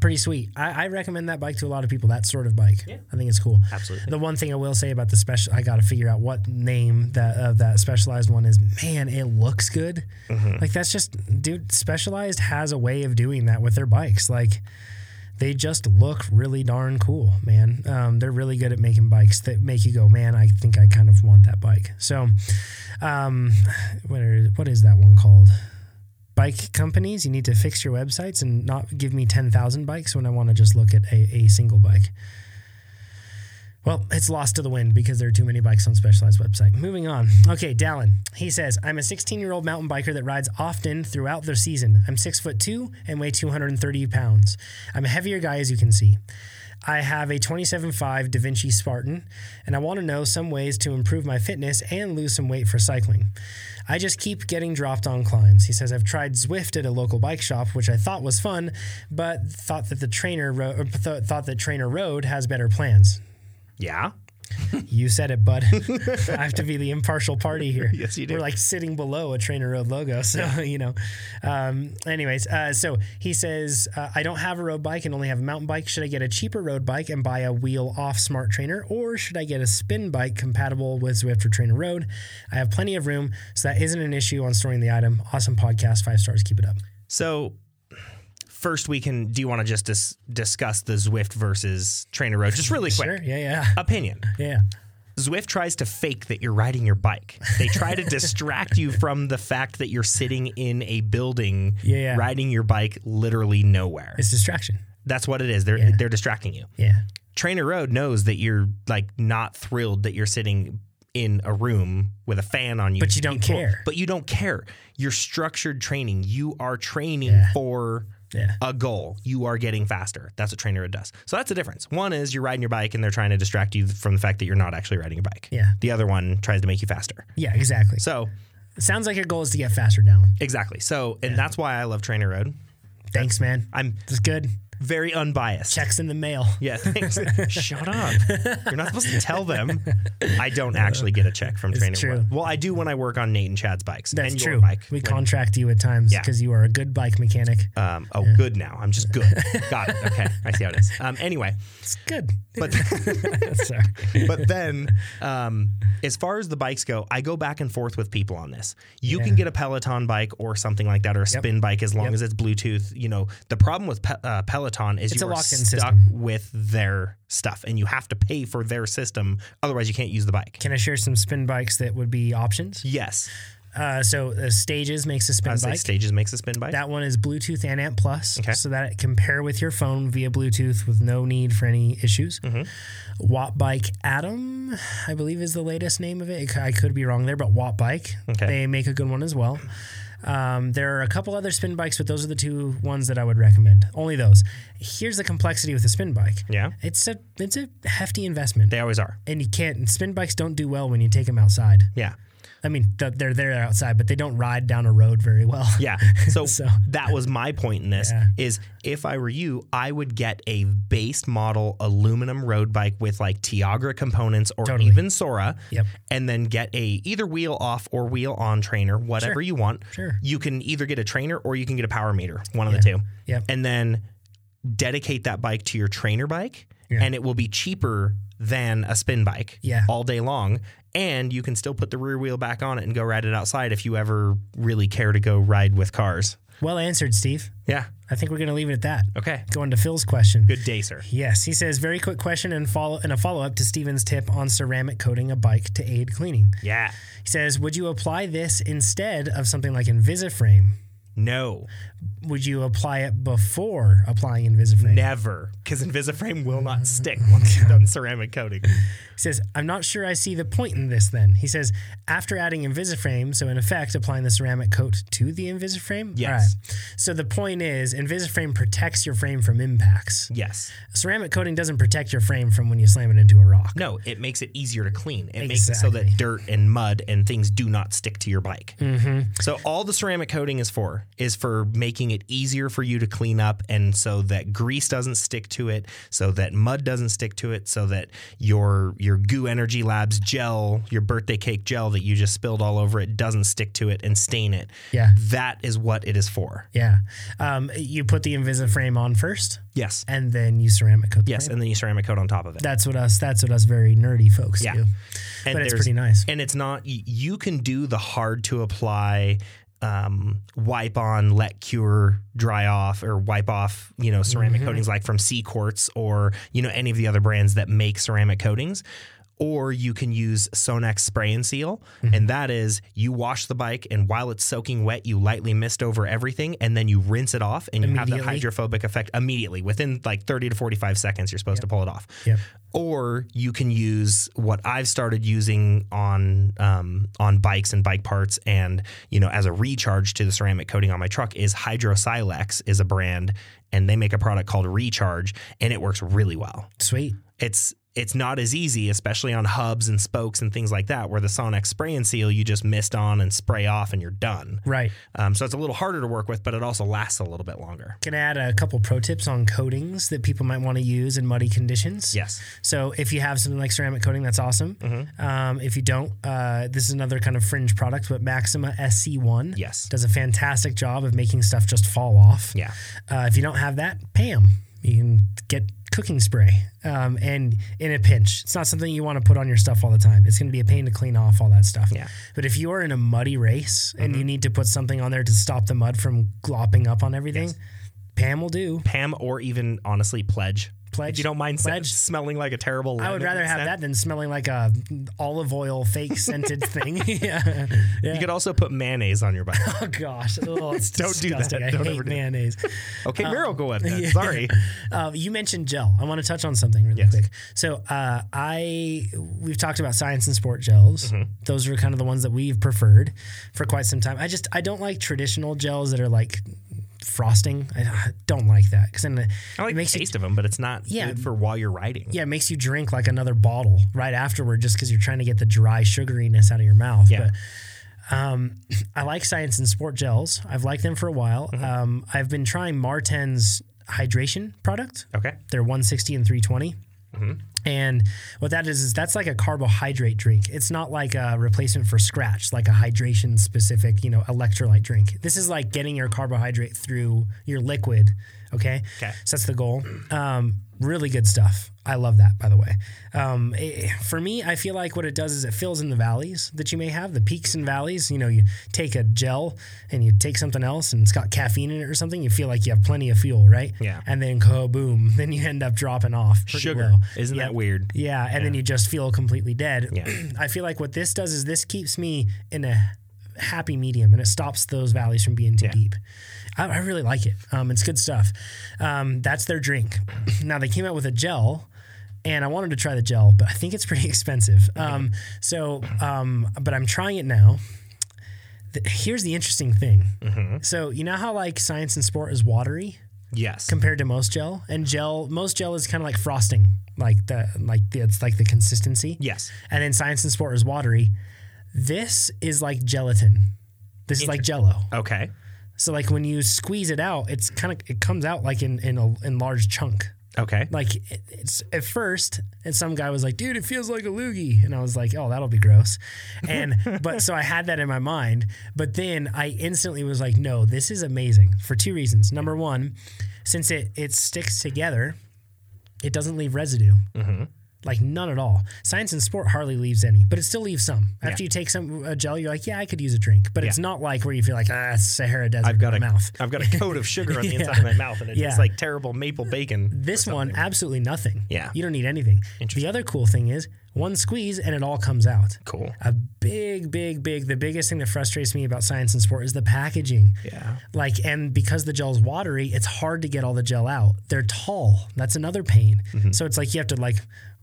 pretty sweet. I, I recommend that bike to a lot of people. That sort of bike, I think it's cool.
Absolutely.
The one thing I will say about the special, I got to figure out what name that of that specialized one is. Man, it looks good. Like that's just, dude. Specialized has a way of doing that with their bikes. Like they just look really darn cool, man. Um, they're really good at making bikes that make you go, man. I think I kind of want that bike. So, um, what are, what is that one called? bike companies, you need to fix your websites and not give me 10,000 bikes when I want to just look at a, a single bike. Well, it's lost to the wind because there are too many bikes on Specialized website. Moving on. Okay, Dallin. He says, I'm a 16 year old mountain biker that rides often throughout the season. I'm six foot two and weigh 230 pounds. I'm a heavier guy, as you can see. I have a 27.5 Da Vinci Spartan, and I want to know some ways to improve my fitness and lose some weight for cycling. I just keep getting dropped on climbs. He says, I've tried Zwift at a local bike shop, which I thought was fun, but thought that the trainer ro- or th- thought that Trainer Road has better plans.
Yeah.
You said it, bud. I have to be the impartial party here.
Yes, you do.
We're like sitting below a Trainer Road logo. So, you know. Um, anyways, uh, so he says, uh, I don't have a road bike and only have a mountain bike. Should I get a cheaper road bike and buy a wheel off smart trainer, or should I get a spin bike compatible with Zwift or Trainer Road? I have plenty of room, so that isn't an issue on storing the item. Awesome podcast. Five stars. Keep it up.
So first we can do you want to just dis- discuss the Zwift versus Trainer Road just really quick.
Sure. Yeah. Yeah.
Opinion.
Yeah.
Zwift tries to fake that you're riding your bike. They try to distract you from the fact that you're sitting in a building
Yeah, yeah.
riding your bike literally nowhere.
It's distraction.
That's what it is. They're they're distracting you.
Yeah.
Trainer Road knows that you're like not thrilled that you're sitting in a room with a fan on you.
But you don't
can't-
care.
But you don't care. You're structured training. You are training for
Yeah.
a goal. You are getting faster. That's what Trainer Road does. So that's the difference. One is you're riding your bike and they're trying to distract you from the fact that you're not actually riding your bike.
Yeah.
The other one tries to make you faster.
Yeah. Exactly.
So
Sounds like your goal is to get faster, Dallin.
exactly. So and that's why I love Trainer Road.
Thanks, man.
I'm
This is good.
very unbiased.
Checks in the mail.
Yeah, thanks. Shut up. You're not supposed to tell them. I don't actually get a check from Trainer
true.
Road. Well, I do when I work on Nate and Chad's bikes.
That's
and your
true.
Bike.
We contract you at times
Yeah.
because you are a good bike mechanic.
Um, oh, good now. I'm just good. Got it. Okay. I see how it is. Um, anyway,
It's good.
but
Sorry.
but then um, as far as the bikes go, I go back and forth with people on this. You can get a Peloton bike or something like that, or a spin bike as long as it's Bluetooth. You know, the problem with Pe- uh, Peloton is
It's
you
a
are
locked-in
stuck
system.
with their stuff, and you have to pay for their system. Otherwise, you can't use the bike.
Can I share some spin bikes that would be options?
Yes.
Uh, so uh, Stages makes a
I
spin
would say
bike.
Stages makes a spin bike.
That one is Bluetooth and AMP Plus,
Okay.
so that it can pair with your phone via Bluetooth with no need for any issues.
Mm-hmm.
Watt Bike Atom, I believe, is the latest name of it. It c- I could be wrong there, but Watt Bike,
Okay.
they make a good one as well. Um, there are a couple other spin bikes, but those are the two ones that I would recommend. Only those. Here's the complexity with a spin bike.
Yeah.
it's a it's a hefty investment,
they always are.
and you can't spin bikes don't do well when you take them outside.
Yeah.
I mean, th- they're there outside, but they don't ride down a road very well.
Yeah. So,
So-
that was my point in this is if I were you, I would get a base model aluminum road bike with like Tiagra components or
Totally.
even Sora.
Yep.
And then get a either wheel off or wheel on trainer, whatever you want.
Sure.
You can either get a trainer or you can get a power meter, one of the two.
Yep.
And then dedicate that bike to your trainer bike
Yeah.
and it will be cheaper than a spin bike
Yeah.
all day long and you can still put the rear wheel back on it and go ride it outside if you ever really care to go ride with cars
Well answered, Steve.
yeah
I think we're going to leave it at that.
okay
Going to Phil's question.
good day sir
Yes, he says very quick question and follow and a follow up to Steven's tip on ceramic coating a bike to aid cleaning.
yeah
He says, "Would you apply this instead of something like Invisiframe?
no
Would you apply it before applying Invisiframe?"
never because invisiframe will not stick once you've done ceramic coating
He says, "I'm not sure I see the point in this then." He says, "After adding Invisiframe, so in effect applying the ceramic coat to the Invisiframe?"
Yes.
All right. So the point is Invisiframe protects your frame from impacts.
yes
Ceramic coating doesn't protect your frame from when you slam it into a rock.
no it makes it easier to clean it makes it so that dirt and mud and things do not stick to your bike
Mm-hmm.
so all the ceramic coating is for is for making it easier for you to clean up and so that grease doesn't stick to it so that mud doesn't stick to it so that your your goo energy labs gel your birthday cake gel that you just spilled all over it doesn't stick to it and stain it
Yeah.
that is what it is for
Yeah. Um, you put the Invisiframe on first,
yes
and then you ceramic coat. The
yes
frame.
and then you ceramic coat on top of it
That's what us. That's what us very nerdy folks
Yeah.
do.
and
But it's
there's-
pretty nice.
And it's not y- you can do the hard to apply um, wipe on, let cure, dry off, or wipe off. You
Mm-hmm.
know, ceramic coatings like from C Quartz or you know any of the other brands that make ceramic coatings. or you can use Sonex spray and seal.
Mm-hmm.
And that is you wash the bike, and while it's soaking wet, you lightly mist over everything, and then you rinse it off, and you have that
Immediately.
hydrophobic effect immediately. Within like 30 to 45 seconds, you're supposed to pull it off.
Yep.
Or you can use what I've started using on um, on bikes and bike parts, and you know, as a recharge to the ceramic coating on my truck is Hydrosilex is a brand, and they make a product called Recharge, and it works really well
Sweet.
it's it's not as easy, especially on hubs and spokes and things like that, where the Sonic spray and seal you just mist on and spray off and you're done.
Right.
Um, so it's a little harder to work with, but it also lasts a little bit longer.
Can I add a couple pro tips on coatings that people might want to use in muddy conditions?
Yes.
So if you have something like ceramic coating, that's awesome.
Mm-hmm.
Um, if you don't, uh, this is another kind of fringe product, but Maxima SC1
Yes.
does a fantastic job of making stuff just fall off.
Yeah.
Uh, if you don't have that, Pam, you can get cooking spray. Um, and in a pinch, it's not something you want to put on your stuff all the time. It's going to be a pain to clean off all that stuff.
Yeah. Mm-hmm.
But if you are in a muddy race and you need to put something on there to stop the mud from glopping up on everything, Pam will do.
Pam or even honestly pledge.
Pledge.
If you don't mind
Pledge.
pledge. smelling like a terrible
I would rather have that than smelling like a olive oil fake scented thing. yeah.
You could also put mayonnaise on your bike.
Oh gosh. Oh, it's
Don't do that.
disgusting. I
Don't
hate
ever do that.
mayonnaise.
Okay,
Um,
miracle at that. Sorry.
Uh, you mentioned gel. I want to touch on something really
Yes.
quick. So uh, I we've talked about science and sport gels.
Mm-hmm.
Those are kind of the ones that we've preferred for quite some time. I just I don't like traditional gels that are like frosting. I I don't like that because then it-
I
it
like the
makes you
taste of them, but it's not
Yeah.
good for while you're riding.
yeah, it makes you drink like another bottle right afterward just because you're trying to get the dry sugariness out of your mouth.
Yeah.
But um, I like science and sport gels. I've liked them for a while. Um, I've been trying Marten's hydration product.
Okay.
They're 160 and 320. And what that is, is that's like a carbohydrate drink. It's not like a replacement for scratch, like a hydration specific, you know, electrolyte drink. This is like getting your carbohydrate through your liquid. Okay.
Okay.
So that's the goal. Um, really good stuff. I love that, by the way. Um, it- for me, I feel like what it does is it fills in the valleys that you may have, the peaks and valleys. You know, you take a gel and you take something else and it's got caffeine in it or something. You feel like you have plenty of fuel, right?
Yeah.
And then kaboom, then you end up dropping off. pretty
Sugar.
low.
Isn't
Yeah.
that weird?
Yeah, and then you just feel completely dead.
Yeah.
I feel like what this does is this keeps me in a happy medium and it stops those valleys from being too deep. I, I really like it. Um, it's good stuff. Um, that's their drink. now they came out with a gel. And I wanted to try the gel, but I think it's pretty expensive. Um, so, um, but I'm trying it now. The- here's the interesting thing. So, you know how like science and sport is watery?
Yes.
compared to most gel. And gel, most gel is kind of like frosting, like the like the, it's like the consistency.
yes.
And then science and sport is watery. This is like gelatin. This is like jello.
Okay.
So like when you squeeze it out, it's kind of it comes out like in in a in large chunk.
Okay.
Like it- it's at first, and some guy was like, "Dude, it feels like a loogie," and I was like, "Oh, that'll be gross." And but so I had that in my mind, but then I instantly was like, "No, this is amazing for two reasons. Number one, since it it sticks together, it doesn't leave residue."
Mm-hmm.
Like none at all. Science and sport hardly leaves any, but it still leaves some. After you take some a gel, you're like, yeah, I could use a drink, but it's
Yeah.
not like where you feel like ah, it's Sahara Desert.
I've got
in
a
my mouth.
have got a coat of sugar on the inside of my mouth, and it
Yeah.
tastes like terrible maple bacon.
This one, absolutely nothing.
Yeah.
You don't need anything. The
Interesting.
other cool thing is one squeeze and it all comes out.
Cool.
A big, big, big, the biggest thing that frustrates me about science and sport is the packaging.
Yeah.
Like, and because the gel's watery, it's hard to get all the gel out. They're tall. That's another pain. So it's like you have to, like,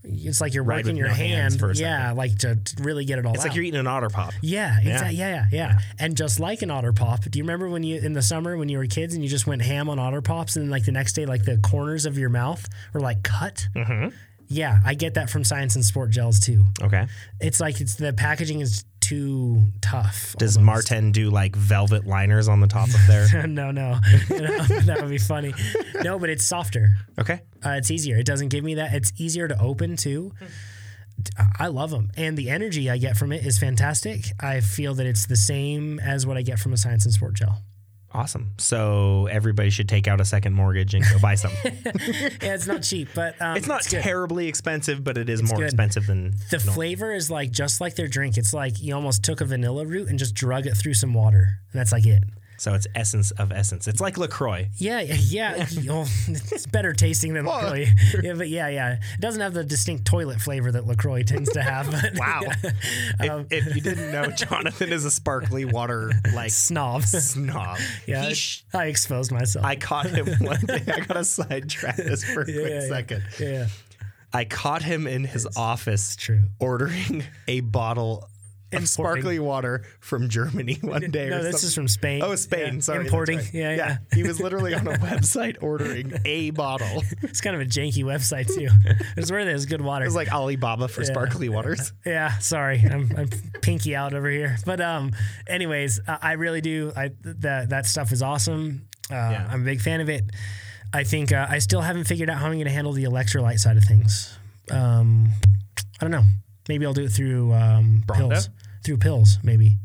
it's like you're
Mm-hmm. Ride
working
with
your
no hands
hand.
for a
yeah. Like to to really get it all
It's
out.
like you're eating an otter pop.
Yeah, exactly. Yeah. Yeah, yeah, And just like an otter pop, do you remember when you in the summer when you were kids and you just went ham on otter pops, and then like the next day, like the corners of your mouth were like cut? Mm-hmm. Yeah, I get that from science and sport gels too.
Okay.
It's like it's the packaging is too tough.
Does Marten do like velvet liners on the top of there?
no, no, You know, that would be funny. No, but it's softer.
Okay.
Uh, it's easier. It doesn't give me that. It's easier to open too. I- I love them, and the energy I get from it is fantastic. I feel that it's the same as what I get from a science and sport gel.
Awesome. So everybody should take out a second mortgage and go buy some.
Yeah, it's not cheap, but um,
it's not
good.
terribly expensive, but it is more
good.
expensive than
The flavor is like just like their drink. It's like you almost took a vanilla root and just drug it through some water, and that's like it.
So it's essence of essence. It's like LaCroix.
Yeah, yeah. oh, it's better tasting than LaCroix. Yeah, but yeah, yeah. It doesn't have the distinct toilet flavor that LaCroix tends to have. But
Wow.
Um,
if, if you didn't know, Jonathan is a sparkly water like
Snob.
snob.
Yeah,
He sh-
I exposed myself.
I caught him one day. I got to sidetrack this for a quick
yeah.
second.
yeah.
I caught him in his office
true.
ordering a bottle of sparkly water from Germany one day.
No,
or
this
something.
is from Spain.
Oh, Spain.
Yeah.
Sorry. that's
Importing.
right.
Yeah, yeah,
He was literally on a website ordering a bottle. It
It's kind of a janky website too. it's where there's good water.
was like Alibaba for sparkly waters.
Yeah, sorry, I'm, I'm pinky out over here. But um, anyways, I, I really do. I that that stuff is awesome. Uh, I'm a big fan of it. I think uh, I still haven't figured out how I'm going to handle the electrolyte side of things. Um, I don't know. Maybe I'll do it through um,
Bronda?
pills. Through pills, maybe.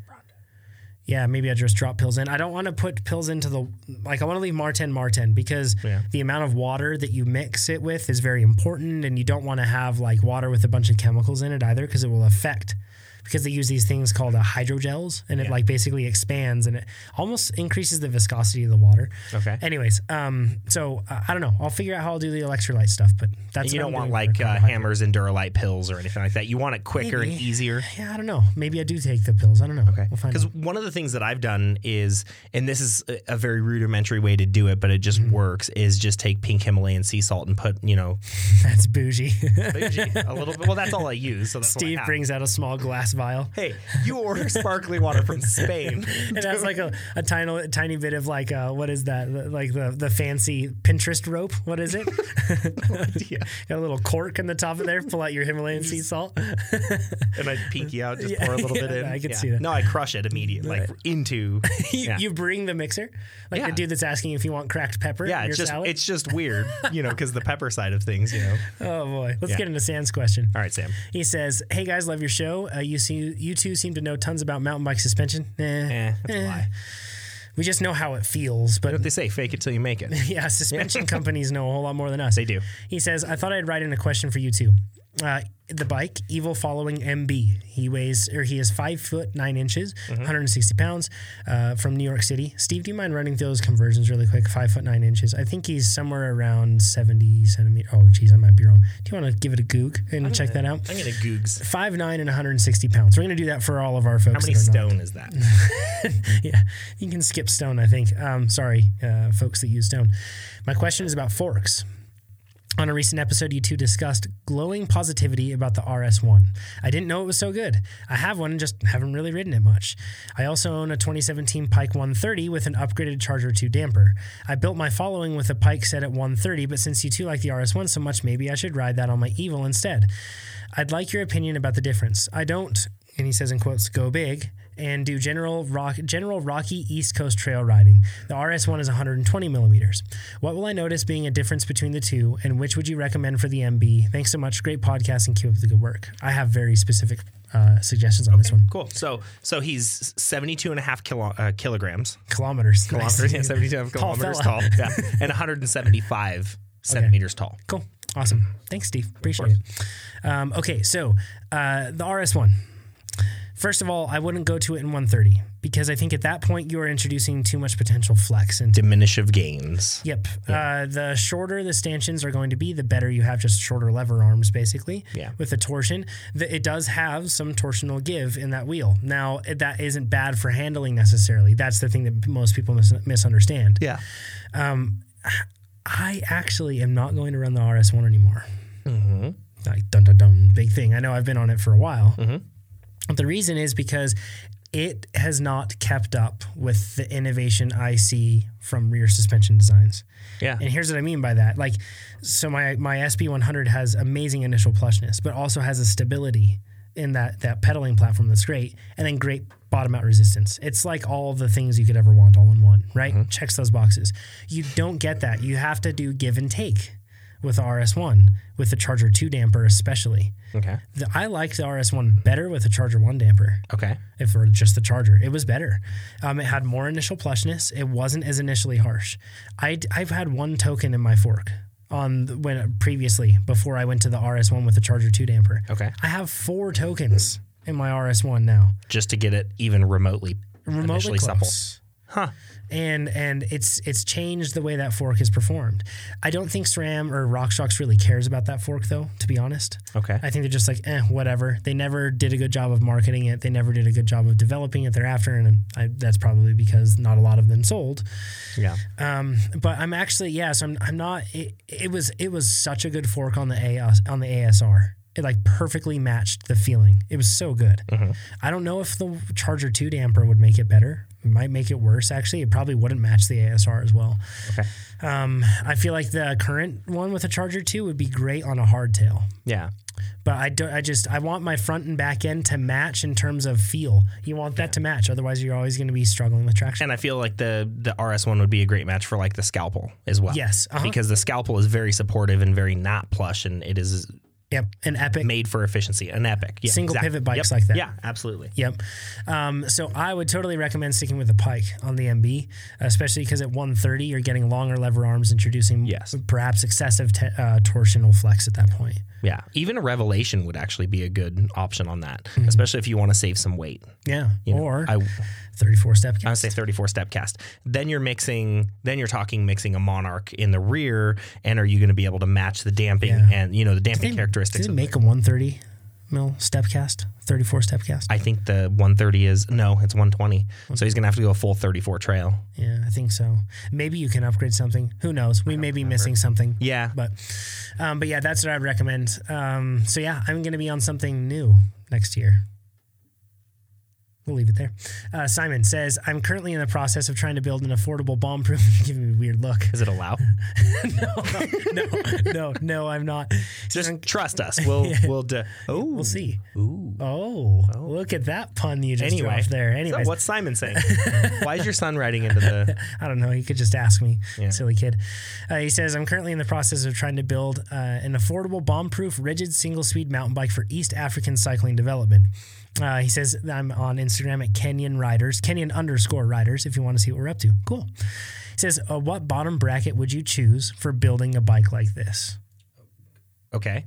Yeah, maybe I just drop pills in. I don't want to put pills into the like. I want to leave Marten Marten because
Yeah.
the amount of water that you mix it with is very important, and you don't want to have like water with a bunch of chemicals in it either because it will affect. Because they use these things called uh, hydrogels, and it like basically expands and it almost increases the viscosity of the water.
Okay.
Anyways, um, so uh, I don't know. I'll figure out how I'll do the electrolyte stuff, but that's
you
what
don't
I'm doing
want like
for
uh,
carbohydrate.
hammers and Duralite pills or anything like that. You want it quicker and
Maybe.
easier.
Yeah, I don't know. Maybe I do take the pills. I don't know. Okay. We'll find out.
Because one of the things that I've done is, and this is a- a very rudimentary way to do it, but it just
Mm-hmm.
works, is just take pink Himalayan sea salt and put, you know,
That's bougie.
bougie a little bit. Well, that's all I use. So that's all I
Steve
have.
brings out a small glass vial.
Hey, you order sparkling water from Spain.
It has like a, a tiny tiny bit of like uh, what is that like the the fancy Pinterest rope? What is it?
yeah.
Got a little cork in the top of there. Pull out your Himalayan sea salt.
And I pinky out, just pour a little bit
yeah,
in.
I can see that.
No, I crush it immediately, like into.
you,
yeah.
you bring the mixer, like
Yeah.
the dude that's asking if you want cracked pepper.
yeah,
in your
it's just
salad.
it's just weird, you know, because the pepper side of things, you know.
oh boy. Let's
Yeah.
get into Sam's question.
All right, Sam.
He says, "Hey guys, love your show. Uh, you see, you two seem to know tons about mountain bike suspension. Eh,
Eh, that's a lie.
We just know how it feels, but
What they say, fake it till you make it.
Yeah, suspension companies know a whole lot more than us.
They do.
He says, I thought I'd write in a question for you two. Uh, the bike, evil following MB. He weighs, or he is five foot nine inches,
Mm-hmm.
160 pounds, uh, from New York City. Steve, do you mind running through those conversions really quick? Five foot nine inches. I think he's somewhere around 70 centimeters. Oh, geez, I might be wrong. Do you want to give it a goog and check that out?
I'm gonna googs.
Five nine and 160 pounds. We're going to do that for all of our folks.
How many
that are not-
stone is that?
yeah, you can skip stone, I think. Um, sorry, uh, folks that use stone. My question is about forks. On a recent episode, you two discussed glowing positivity about the RS1. I didn't know it was so good. I have one and just haven't really ridden it much. I also own a 2017 Pike 130 with an upgraded Charger 2 damper. I built my following with a Pike set at 130, but since you two like the RS1 so much, maybe I should ride that on my Evil instead. I'd like your opinion about the difference. I don't and he says in quotes, "Go big and do general rock, general rocky East Coast trail riding. The RS1 is 120 millimeters. What will I notice being a difference between the two, and which would you recommend for the MB? Thanks so much. Great podcast and keep up the good work. I have very specific uh, suggestions on this one.
Cool. So so he's 72 and a half kilo, uh, kilograms.
Kilometers,
Kilometers, yeah,
Nice.
72 and a half
Tall
kilometers
fella.
tall. Yeah. And 175 centimeters tall.
Cool. Awesome. Thanks, Steve. Appreciate it. Um, okay, so uh, the RS1. First of all, I wouldn't go to it in 130 because I think at that point you are introducing too much potential flex into
Diminish of gains.
Yep. Uh, the shorter the stanchions are going to be, the better you have just shorter lever arms, basically.
Yeah.
With the torsion, the, it does have some torsional give in that wheel. Now, it- that isn't bad for handling necessarily. That's the thing that most people mis- misunderstand.
Yeah.
I actually am not going to run the RS1 anymore. Mm-hmm. Like dun dun dun, big thing. I know I've been on it for a while. But the reason is because it has not kept up with the innovation I see from rear suspension designs.
Yeah.
And here's what I mean by that. Like, so my my SB100 has amazing initial plushness, but also has a stability in that that pedaling platform that's great, and then great bottom out resistance. It's like all the things you could ever want all in one, right? Checks those boxes. You don't get that. You have to do give and take with the RS1, with the Charger 2 damper especially.
Okay.
The, I liked the RS1 better with the Charger 1 damper
Okay.
if for just the charger. It was better. Um, it had more initial plushness. It wasn't as initially harsh. I have had one token in my fork on the, when previously before I went to the RS1 with the Charger 2 damper.
Okay.
I have four tokens in my RS1 now.
Just to get it even remotely,
Remotely
initially
close.
supple. Huh.
and and it's it's changed the way that fork is performed. I don't think SRAM or RockShox really cares about that fork though, to be honest.
Okay.
I think they're just like, eh, whatever. They never did a good job of marketing it. They never did a good job of developing it thereafter, and I, that's probably because not a lot of them sold.
Yeah.
Um, but I'm actually yeah, so I'm I'm not. It, it was it was such a good fork on the AS on the ASR. It like perfectly matched the feeling. It was so good. I don't know if the Charger Two damper would make it better. It might make it worse. Actually, it probably wouldn't match the ASR as well.
Okay.
Um, I feel like the current one with a Charger Two would be great on a hardtail
Yeah.
but I don't. I just I want my front and back end to match in terms of feel. You want that to match, otherwise you're always going to be struggling with traction.
And I feel like the the RS one would be a great match for like the scalpel as well.
Yes, uh-huh.
Because the scalpel is very supportive and very not plush, and it is
yep, an epic
made for efficiency. An epic. Yeah,
Single
exactly.
pivot bikes
Yep.
like that.
Yeah, absolutely.
Yep. Um, so I would totally recommend sticking with the Pike on the MB, especially because at 130 you're getting longer lever arms, introducing
Yes.
perhaps excessive te- uh, torsional flex at that point.
Yeah. Even a revelation would actually be a good option on that,
Mm-hmm.
especially if you want to save some weight.
Yeah.
You know,
or
I,
34 step.
I would say 34 step cast. Then you're mixing, then you're talking mixing a monarch in the rear, and are you going to be able to match the damping
Yeah.
and you know the damping characteristics?
Did
of
it
the-
make a 130 mil step cast? 34 step cast.
I think the 130 is no, it's 120. So he's going to have to go a full 34 trail.
Yeah, I think so. Maybe you can upgrade something. Who knows? We may be missing something.
Yeah.
But, um, but yeah, that's what I'd recommend. Um, so yeah, I'm going to be on something new next year. We'll leave it there. Uh, Simon says, I'm currently in the process of trying to build an affordable bomb proof. giving me a weird look.
Is it allow?
no, no, no, I'm not.
Just trust us. We'll we'll do. Oh,
We'll see.
Ooh.
Oh, look at that pun you just
Anyway,
dropped there.
So
Anyways,
what's Simon saying? Why is your son riding into the?
I don't know. He could just ask me,
Yeah.
silly kid. Uh, he says, I'm currently in the process of trying to build uh, an affordable, bomb proof, rigid single speed mountain bike for East African cycling development. Uh, he says, I'm on Instagram at Kenyan Riders, Kenyan underscore riders, if you want to see what we're up to. Cool. He says, uh, What bottom bracket would you choose for building a bike like this?
Okay.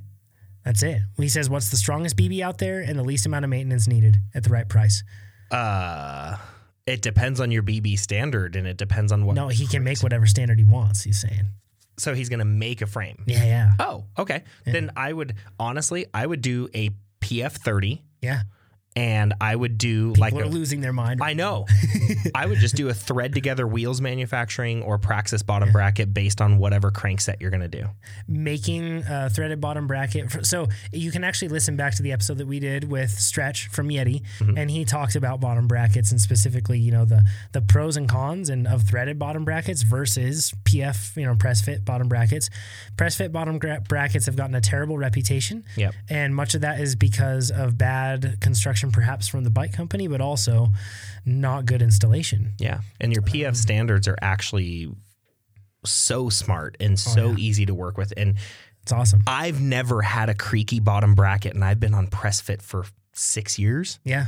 That's it. He says, What's the strongest BB out there and the least amount of maintenance needed at the right price?
Uh, it depends on your BB standard, and it depends on what.
No, he can make whatever standard he wants, he's saying.
So he's going to make a frame.
Yeah, yeah.
Oh, okay. Then I would honestly, I would do a PF thirty,
Yeah.
and I would do like
We're
a,
losing their mind.
I know. I would just do a thread together wheels manufacturing or Praxis bottom bracket based on whatever crankset you're going to do.
making a threaded bottom bracket. For, so you can actually listen back to the episode that we did with Stretch from Yeti, and he talks about bottom brackets and specifically, you know, the the pros and cons and of threaded bottom brackets versus PF, you know, press fit bottom brackets. Press fit bottom gra- brackets have gotten a terrible reputation.
Yep.
And much of that is because of bad construction, perhaps from the bike company, but also not good installation.
Yeah. And your PF standards are actually so smart
Oh,
and so easy to work with. And
It's awesome.
I've never had a creaky bottom bracket, and I've been on press fit for six years.
Yeah.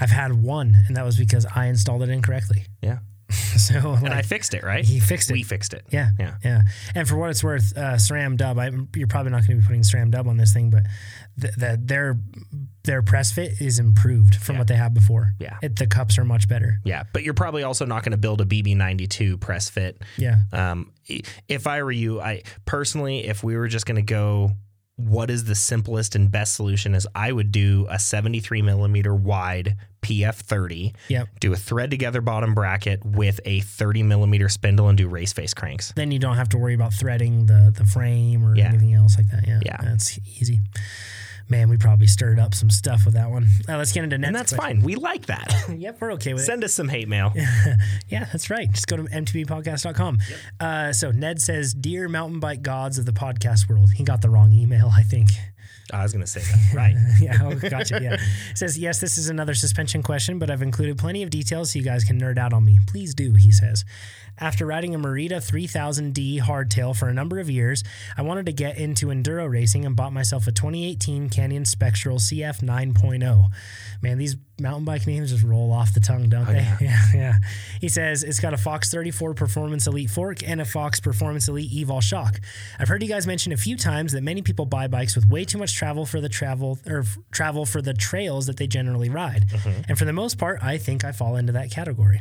I've had one, and that was because I installed it incorrectly.
Yeah.
So,
And
like-
I fixed it, right?
He fixed it.
We fixed it.
Yeah,
Yeah.
yeah. And for what it's worth, uh, SRAM Dub, I, you're probably not going to be putting SRAM Dub on this thing, but th- that their their press fit is improved from what they had before.
Yeah.
it, the cups are much better.
Yeah. But you're probably also not going to build a BB92 press fit.
Yeah,
Um, i- if I were you, I personally, if we were just going to go, what is the simplest and best solution? Is I would do a 73 millimeter wide PF30,
yep.
do a thread together bottom bracket with a 30 millimeter spindle, and do race face cranks.
Then you don't have to worry about threading the the frame or
Yeah.
anything else like that. Yeah,
Yeah.
that's easy. Man, we probably stirred up some stuff with that one. Uh, let's get into next.
And that's
question.
fine. We like that.
Yep, we're okay with it.
Send us some hate mail.
Yeah, that's right. Just go to mtbpodcast.com. Uh, so Ned says, "Dear mountain bike gods of the podcast world," he got the wrong email, I think.
Oh, I was going to say that. Right.
yeah, oh, gotcha. Yeah. It says, yes, this is another suspension question, but I've included plenty of details so you guys can nerd out on me. Please do, he says. After riding a Merida 3000D hardtail for a number of years, I wanted to get into enduro racing and bought myself a 2018 Canyon Spectral CF 9.0. oh. Man, these mountain bike names just roll off the tongue, don't they? Yeah. yeah, He says it's got a Fox 34 Performance Elite fork and a Fox Performance Elite Evol shock. I've heard you guys mention a few times that many people buy bikes with way too much travel for the travel or f- travel for the trails that they generally ride. And for the most part, I think I fall into that category.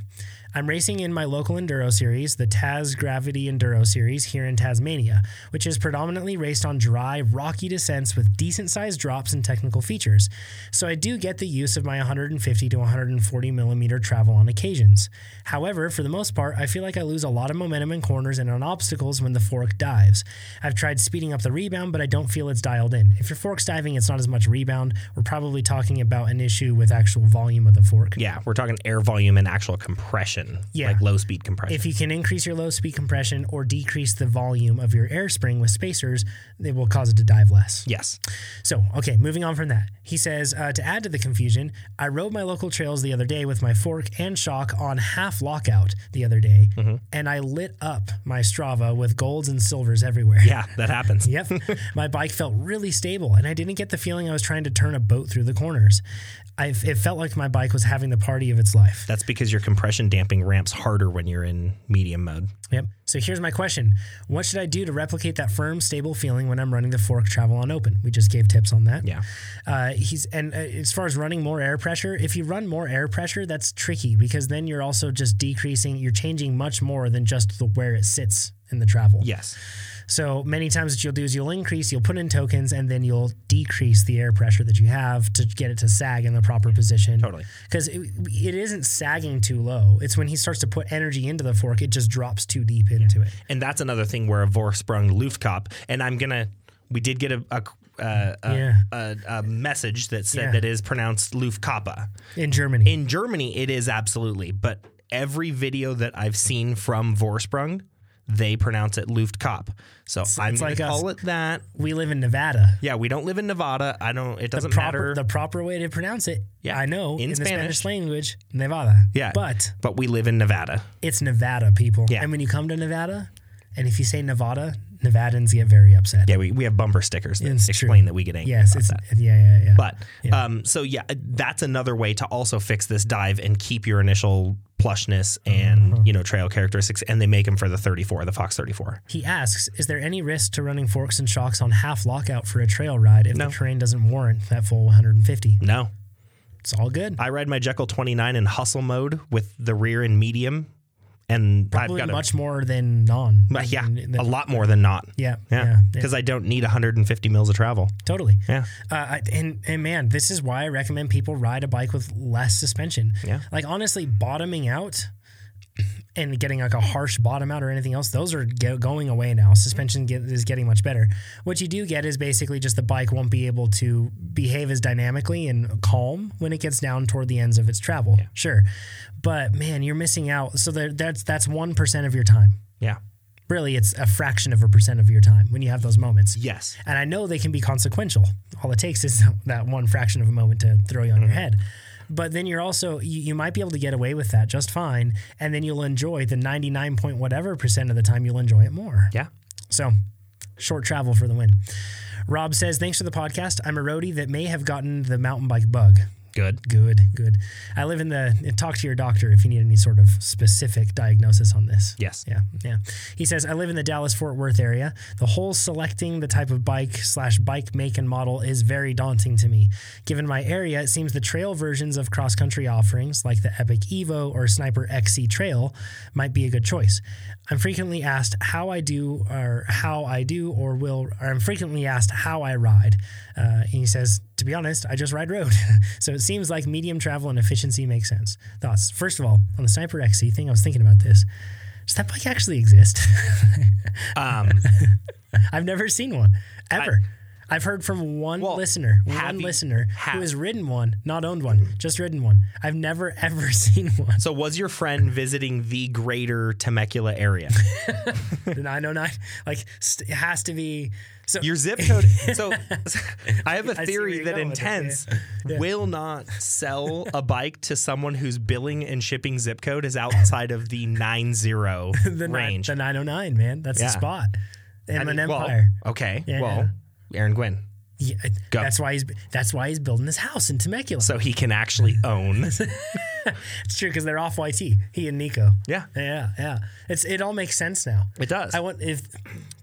I'm racing in my local enduro series, the Taz Gravity Enduro Series here in Tasmania, which is predominantly raced on dry, rocky descents with decent sized drops and technical features. So I do get the use of my 150 to 140 millimeter travel on occasions. However, for the most part, I feel like I lose a lot of momentum in corners and on obstacles when the fork dives. I've tried speeding up the rebound, but I don't feel it's dialed in. If your fork's diving, it's not as much rebound. We're probably talking about an issue with actual volume of the fork.
Yeah, we're talking air volume and actual compression,
Yeah.
like low speed compression.
If you can increase your low speed compression or decrease the volume of your air spring with spacers, it will cause it to dive less.
yes.
So, okay, moving on from that. He says, uh, to add to the confusion, I rode my local trails the other day with my fork and shock on half lockout the other day, and I lit up my Strava with golds and silvers everywhere.
Yeah, that happens.
Yep. My bike felt really stable, and I didn't get the feeling I was trying to turn a boat through the corners. I, it felt like my bike was having the party of its life.
That's because your compression damping ramps harder when you're in medium mode.
Yep. So here's my question What should I do to replicate that firm, stable feeling when I'm running the fork travel on open? We just gave tips on that.
Yeah.
Uh, he's and uh, as far as running more air pressure, if you run more air pressure, that's tricky because then you're also just decreasing. You're changing much more than just the where it sits in the travel.
Yes.
So many times what you'll do is you'll increase, you'll put in tokens, and then you'll decrease the air pressure that you have to get it to sag in the proper position.
Totally.
Because it, it isn't sagging too low. It's when he starts to put energy into the fork, it just drops too deep into it.
And that's another thing where a Vorsprung Luftkop, and I'm going to, we did get a, a, uh, a,
Yeah.
a, a message that said
Yeah.
that it is pronounced Luftkappa.
In Germany.
In Germany, it is absolutely, but every video that I've seen from Vorsprung, they pronounce it Luftkop. So I'm
it's
going
like
to
us.
call it that.
we live in Nevada.
Yeah, we don't live in Nevada. I don't, it doesn't
Proper,
matter.
the proper way to pronounce it,
Yeah.
I know, in,
In
the Spanish
Spanish.
language, Nevada.
yeah.
But
but we live in Nevada.
it's Nevada, people.
Yeah.
And when you come to Nevada, and if you say Nevada, Nevadans get very upset.
Yeah, we, we have bumper stickers that
It's true.
explain that we get angry.
Yes,
about
it's
that.
yeah, yeah, yeah.
But um, so yeah, that's another way to also fix this dive and keep your initial plushness and
Mm-hmm.
you know trail characteristics, and they make them for the 34, the Fox 34.
He asks, is there any risk to running forks and shocks on half lockout for a trail ride if
No.
the terrain doesn't warrant that full 150?
No,
It's all good.
I ride my Jekyll 29 in hustle mode with the rear in medium, and
Probably
I've got
much more than non.
a, yeah,
than-
a lot more than not.
yeah, yeah,
Yeah,
yeah,
because I don't need 150 mils of travel.
totally.
Yeah.
Uh, I, and and man, this is why I recommend people ride a bike with less suspension.
Yeah.
Like honestly, bottoming out and getting like a harsh bottom out or anything else, those are go- going away now. Suspension get, is getting much better. What you do get is basically just the bike won't be able to behave as dynamically and calm when it gets down toward the ends of its travel. Sure, but man, you're missing out. So there, that's that's one percent of your time.
Yeah.
Really, it's a fraction of a percent of your time when you have those moments.
Yes.
And I know they can be consequential. All it takes is that one fraction of a moment to throw you on your head. But then you're also, you, you might be able to get away with that just fine. And then you'll enjoy the 99 point whatever percent of the time, you'll enjoy it more.
Yeah.
So short travel for the win. Rob says, Thanks for the podcast. I'm a roadie that may have gotten the mountain bike bug.
Good.
Good, good. I live in the. Talk to your doctor if you need any sort of specific diagnosis on this.
Yes.
Yeah, yeah. He says, I live in the Dallas Fort Worth area. The whole selecting the type of bike slash bike make and model is very daunting to me. Given my area, it seems the trail versions of cross country offerings like the Epic Evo or Sniper XC Trail might be a good choice. I'm frequently asked how I do or how I do or will, or I'm frequently asked how I ride. Uh, and he says, to be honest, I just ride road. so it seems like medium travel and efficiency make sense. Thoughts? First of all, on the Sniper XC thing, I was thinking about this. Does that bike actually exist?
Um,
I've never seen one ever. I, have heard from one
Well,
listener,
have
one
you-
listener who
have- Mm-hmm.
has ridden one, not owned one, just ridden one. I've never ever seen one.
so was your friend visiting the greater Temecula area?
The 909, like, st- it has to be. So
Your zip code. So I have a
where
theory
you're
that
going with it, yeah.
Intense will not sell a bike to someone whose billing and shipping zip code is outside of the 90
the, nine,
range.
the 909, man. That's
Yeah.
the spot. And
I
an
mean, well,
empire.
okay.
Yeah.
Well, Aaron Gwynn.
Yeah,
Go.
that's why he's that's why he's building this house in Temecula.
So he can actually own.
it's true because they're off YT. He and Nico.
Yeah.
yeah, yeah. It's it all makes sense now.
It does.
I want if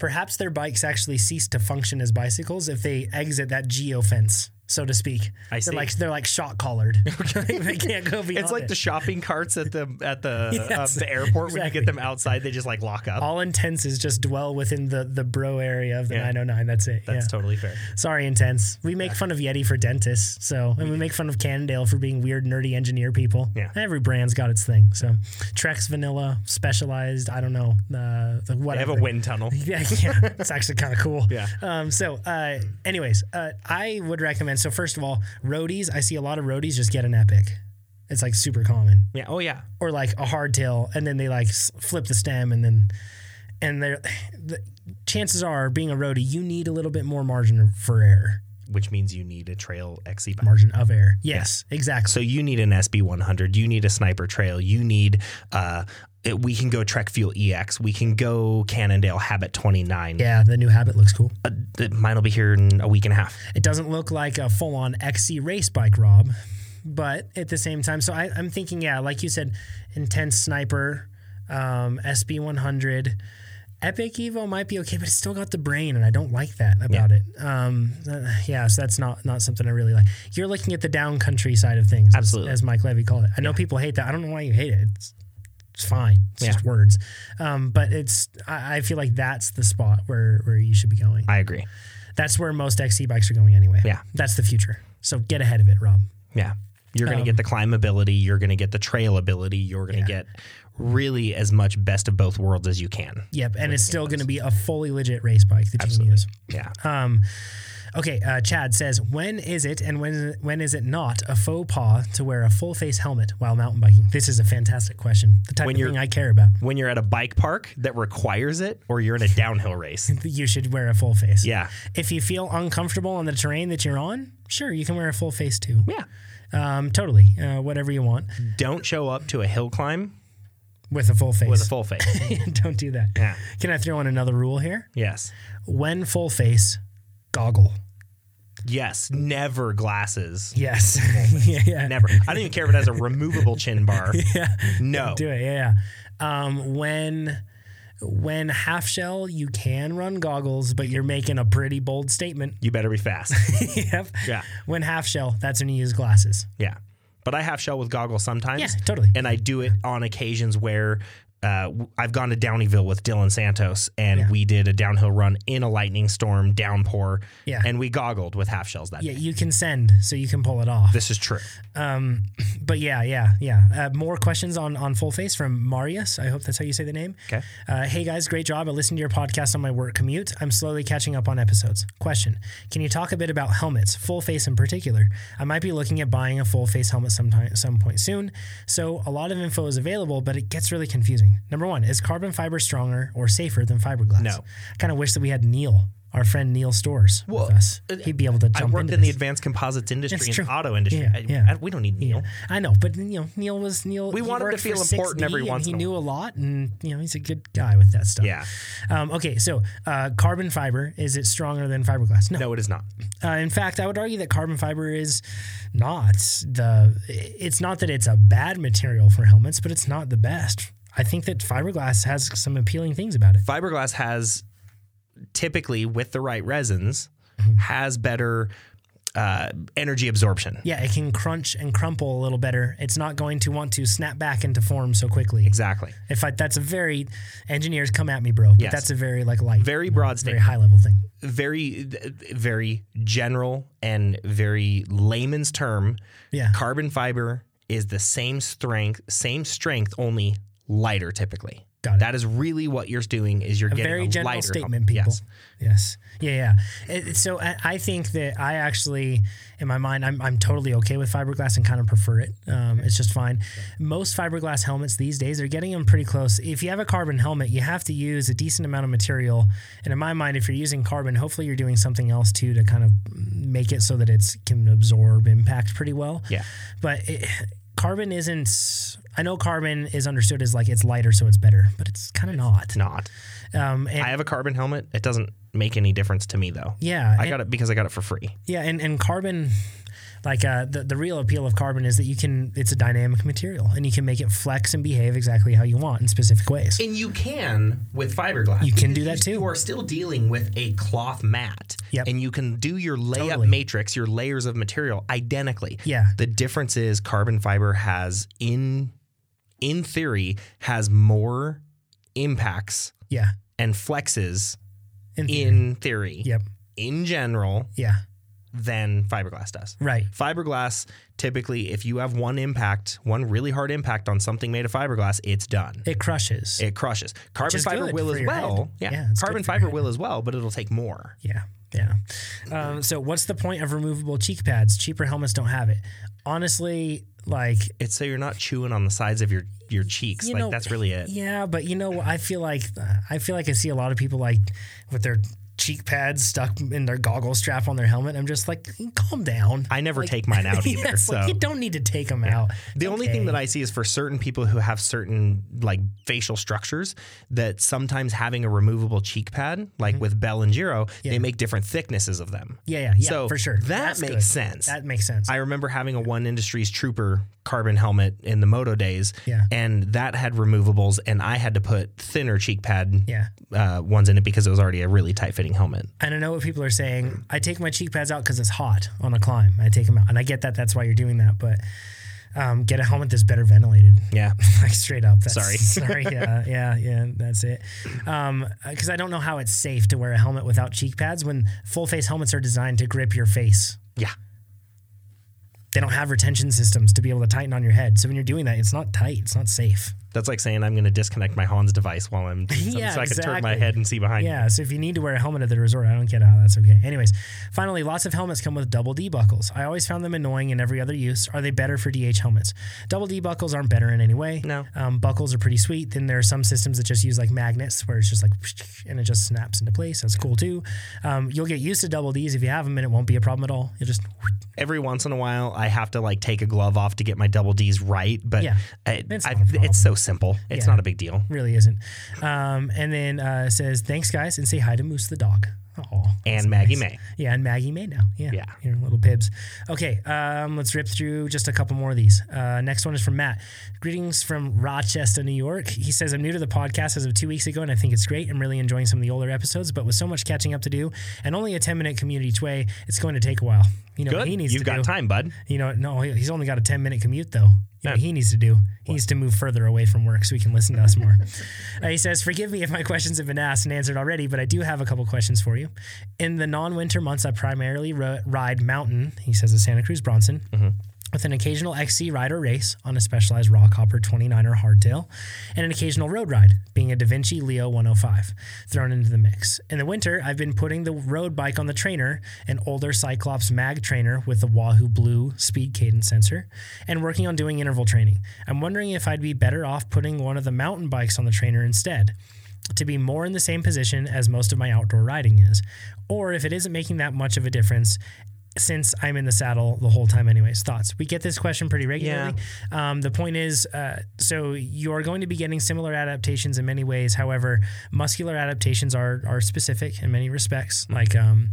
perhaps their bikes actually cease to function as bicycles if they exit that geofence so to speak.
I see.
They're like they're like shot collared. they can't go beyond.
It's like
it.
the shopping carts at the at the
Yes,
uh, the airport when you
exactly.
get them outside, they just like lock up.
all intenses just dwell within the the bro area of the
Yeah.
909. That's it.
That's
yeah.
totally fair.
Sorry, intense. We make fun of Yeti for dentists, so and we make fun of Cannondale for being weird, nerdy engineer people.
Yeah.
every brand's got its thing. So, Trex Vanilla, Specialized. I don't know. Uh, the
I have
whatever.
a wind tunnel.
Yeah, yeah. it's actually kind of cool.
Yeah.
Um, so, uh, anyways, uh, I would recommend. So, first of all, roadies. I see a lot of roadies just get an epic. It's like super common,
Yeah. Oh yeah.
or like a hardtail, and then they like s- flip the stem, and then and they're the chances are being a roadie, you need a little bit more margin for error,
Which means you need a trail XC bike.
margin of error. Yes, exactly.
So you need an SB 100. You need a sniper trail. You need uh, it- we can go Trek Fuel EX. We can go Cannondale Habit 29.
yeah, the new habit looks cool.
Uh, th- mine will be here in a week and a half.
It doesn't look like a full on XC race bike, Rob, but at the same time, so I, I'm thinking, yeah, like you said, intense sniper, um, SB 100. Epic Evo might be okay, but it's still got the brain, and I don't like that about it. Um, uh, yeah, so that's not not something I really like. You're looking at the downcountry side of things, as-
Absolutely.
as, Mike Levy called it. I know people hate that. I don't know why you hate it. It's, it's fine. It's
Yeah.
just words. Um, but it's I, I feel like that's the spot where where you should be going
I agree.
that's where most XC bikes are going anyway.
Yeah.
That's the future. So get ahead of it, Rob.
Yeah. You're going to get the climbability. You're going to get the trail ability. You're going to get really as much best of both worlds as you can.
Yep. And it's still going to be a fully legit race bike that you can use.
Yeah.
Um, okay. Uh, Chad says, when is it and when, when is it not a faux pas to wear a full face helmet while mountain biking? This is a fantastic question. The type
When
of
you're-
thing I care about.
When you're at a bike park that requires it or you're in a downhill race.
You should wear a full face.
Yeah.
If you feel uncomfortable on the terrain that you're on, sure, you can wear a full face too.
Yeah.
Um, totally. Uh, whatever you want
Don't show up to a hill climb
with a full face.
with a full face.
Don't do that.
Yeah.
Can I throw in another rule here?
Yes.
when full face, goggle.
Yes. Never glasses.
Yes. yeah, yeah.
Never. I don't even care if it has a removable chin bar. Yeah. No.
Do it. Yeah. yeah. Um, when when half shell, you can run goggles, but you're making a pretty bold statement.
You better be fast.
yep.
Yeah.
When half shell, that's when you use glasses.
Yeah. But I have shell with goggles sometimes.
Yeah, totally.
And I do it on occasions where uh, w- I've gone to Downeyville with Dylan Santos and we did a downhill run in a lightning storm downpour.
Yeah.
And we goggled with half shells that
Yeah,
day.
you can send, so you can pull it off.
This is true.
But yeah, yeah, yeah. Uh, more questions on on full face from Marius. I hope that's how you say the name.
Okay.
Uh, hey guys, great job. I listened to your podcast on my work commute. I'm slowly catching up on episodes. Question Can you talk a bit about helmets, full face in particular? I might be looking at buying a full face helmet sometime, some point soon. So, a lot of info is available, but it gets really confusing. Number one, is carbon fiber stronger or safer than fiberglass?
No.
I kind of wish that we had Neil, our friend Neil Stores,
Well, uh,
with us. He'd be able to
I
jump
worked
into
in the
this.
advanced composites industry
It's
and
true.
auto industry.
Yeah,
I,
yeah.
I- we don't need Neil.
yeah, I know, but you know, Neil was Neil. We
want him to feel important every once
He
in a
knew a lot, and you know, he's a good guy with that stuff.
Yeah.
Um, okay, so uh, carbon fiber is it stronger than fiberglass? No.
No, it is not.
Uh, in fact, I would argue that carbon fiber is not the. It's not that it's a bad material for helmets, but it's not the best. I think that fiberglass has some appealing things about it.
Fiberglass has typically, with the right resins,
Mm-hmm.
has better uh, energy absorption.
Yeah, it can crunch and crumple a little better. It's not going to want to snap back into form so quickly.
Exactly.
If I, that's a very engineers come at me, bro. But
Yes.
that's a very like light,
Very broad
very
statement.
high level thing.
very very general and very layman's term
Yeah.
carbon fiber is the same strength same strength only lighter typically
Got it.
that is really what you're doing is you're getting
very
a
general
lighter
statement,
hum-
people.
yes.
Yes. Yeah, yeah. It- so I, I think that I actually, in my mind, I'm, I'm totally okay with fiberglass and kind of prefer it. Um, it's just fine. Most fiberglass helmets these days are getting them pretty close. If you have a carbon helmet, you have to use a decent amount of material. And in my mind, if you're using carbon, hopefully you're doing something else too to kind of make it so that it's can absorb impact pretty well.
Yeah.
But it, carbon isn't. I know carbon is understood as like it's lighter, so it's better, but it's kind of not.
not
Um, and
i have a carbon helmet it doesn't make any difference to me though
yeah,
i
and-
got it because i got it for free
Yeah, and, and carbon like uh, the the real appeal of carbon is that you can it's a dynamic material and you can make it flex and behave exactly how you want in specific ways.
And you can with fiberglass.
You can do that too.
You are still dealing with a cloth mat.
Yep.
And you can do your layup
Totally.
matrix, your layers of material identically.
Yeah.
The difference is carbon fiber has in in theory has more impacts
Yeah.
and flexes
In theory.
in theory
Yep.
in general
Yeah.
than fiberglass does.
Right.
Fiberglass typically if you have one impact, one really hard impact on something made of fiberglass, it's done.
It crushes.
It crushes. Carbon
is
fiber
good
will
for
as
your
well.
head.
Yeah.
Yeah, it's
Carbon
good for
fiber will as well, but it'll take more.
Yeah, yeah. Um, so, what's the point of removable cheek pads? Cheaper helmets don't have it. Honestly, like,
It's so you're not chewing on the sides of your your cheeks.
You
like
know,
that's really it.
yeah, but you know, what? I feel like I feel like I see a lot of people like with their cheek pads stuck in their goggle strap on their helmet. I'm just like, calm down.
I never take mine out either.
Yeah, it's
so
like, you don't need to take them out.
the only thing that I see is for certain people who have certain like facial structures that sometimes having a removable cheek pad, like with Bell and Giro, they make different thicknesses of them.
Mm-hmm. Yeah, yeah, yeah,
so
for sure.
That
That's
makes
good.
sense.
That makes sense.
I remember having a One Industries Trooper carbon helmet in the moto days,
Yeah.
and that had removables, and I had to put thinner cheek pad
Yeah.
uh, ones in it because it was already a really tight fitting helmet.
and I know what people are saying. I take my cheek pads out because it's hot on a climb. I take them out, and I get that. That's why you're doing that. But um, get a helmet that's better ventilated.
Yeah,
like straight up. That's,
Sorry.
sorry. Yeah, yeah, yeah. That's it. Um, because I don't know how it's safe to wear a helmet without cheek pads when full face helmets are designed to grip your face.
yeah,
They don't have retention systems to be able to tighten on your head. So when you're doing that, it's not tight. It's not safe.
that's like saying I'm going to disconnect my Hans device while I'm doing something
Yeah,
so I can turn my
exactly.
head and see behind. me.
Yeah. So if you need to wear a helmet at the resort, I don't get how that's okay. Anyways, finally, lots of helmets come with double D buckles. I always found them annoying in every other use. Are they better for DH helmets? Double D buckles aren't better in any way.
No.
Um, buckles are pretty sweet. Then there are some systems that just use like magnets where it's just like and it just snaps into place. That's cool too. Um, you'll get used to double Ds if you have them and it won't be a problem at all. You'll just
Every once in a while, I have to like take a glove off to get my double D's right, but
Yeah.
I,
It's
I,
not a problem.
it's so simple. It's
Yeah.
not a big deal.
really isn't. Um, and then uh, it says, thanks guys and say hi to Moose the dog. Oh,
And Maggie May.
Yeah, and Maggie May now. Yeah.
Yeah.
Your little pibs. Okay, um, let's rip through just a couple more of these. Uh, next one is from Matt. Greetings from Rochester, New York. He says, I'm new to the podcast as of two weeks ago, and I think it's great. I'm really enjoying some of the older episodes, but with so much catching up to do and only a 10 minute community tway, it's going to take a while. You know, what
Good.
he needs
You've
to
got
do.
time, bud.
You know, no, he- he's only got a 10 minute commute though. You know what he needs to do? He needs to move further away from work so he can listen to us more. Uh, he says, Forgive me if my questions have been asked and answered already, but I do have a couple questions for you. In the non winter months, I primarily ro- ride mountain, he says, the Santa Cruz Bronson. With an occasional XC ride or race on a specialized rock hopper 29er hardtail, and an occasional road ride, being a Da Vinci Leo 105, thrown into the mix. In the winter, I've been putting the road bike on the trainer, an older Cyclops mag trainer with the Wahoo Blue speed cadence sensor, and working on doing interval training. I'm wondering if I'd be better off putting one of the mountain bikes on the trainer instead to be more in the same position as most of my outdoor riding is, or if it isn't making that much of a difference since I'm in the saddle the whole time, anyways. Thoughts? We get this question pretty regularly. Um, the point is uh, so you are going to be getting similar adaptations in many ways. However, muscular adaptations are, are specific in many respects. Like, um,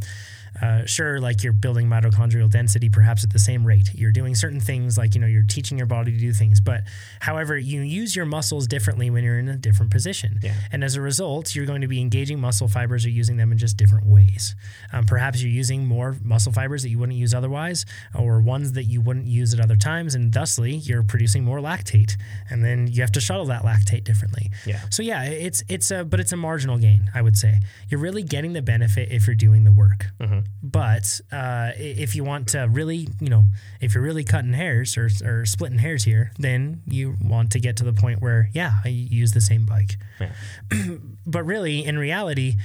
uh, sure, like you're building mitochondrial density perhaps at the same rate. You're doing certain things, like, you know, you're teaching your body to do things. But however, you use your muscles differently when you're in a different position. And as a result, you're going to be engaging muscle fibers or using them in just different ways. Um, perhaps you're using more muscle fibers that you wouldn't use otherwise, or ones that you wouldn't use at other times. And thusly, you're producing more lactate. And then you have to shuttle that lactate differently.
Yeah.
So yeah, it's it's a but it's a marginal gain, I would say. You're really getting the benefit if you're doing the work. But uh, i- if you want to really, you know, if you're really cutting hairs or, or splitting hairs here, then you want to get to the point where yeah, I use the same bike. but really, in reality.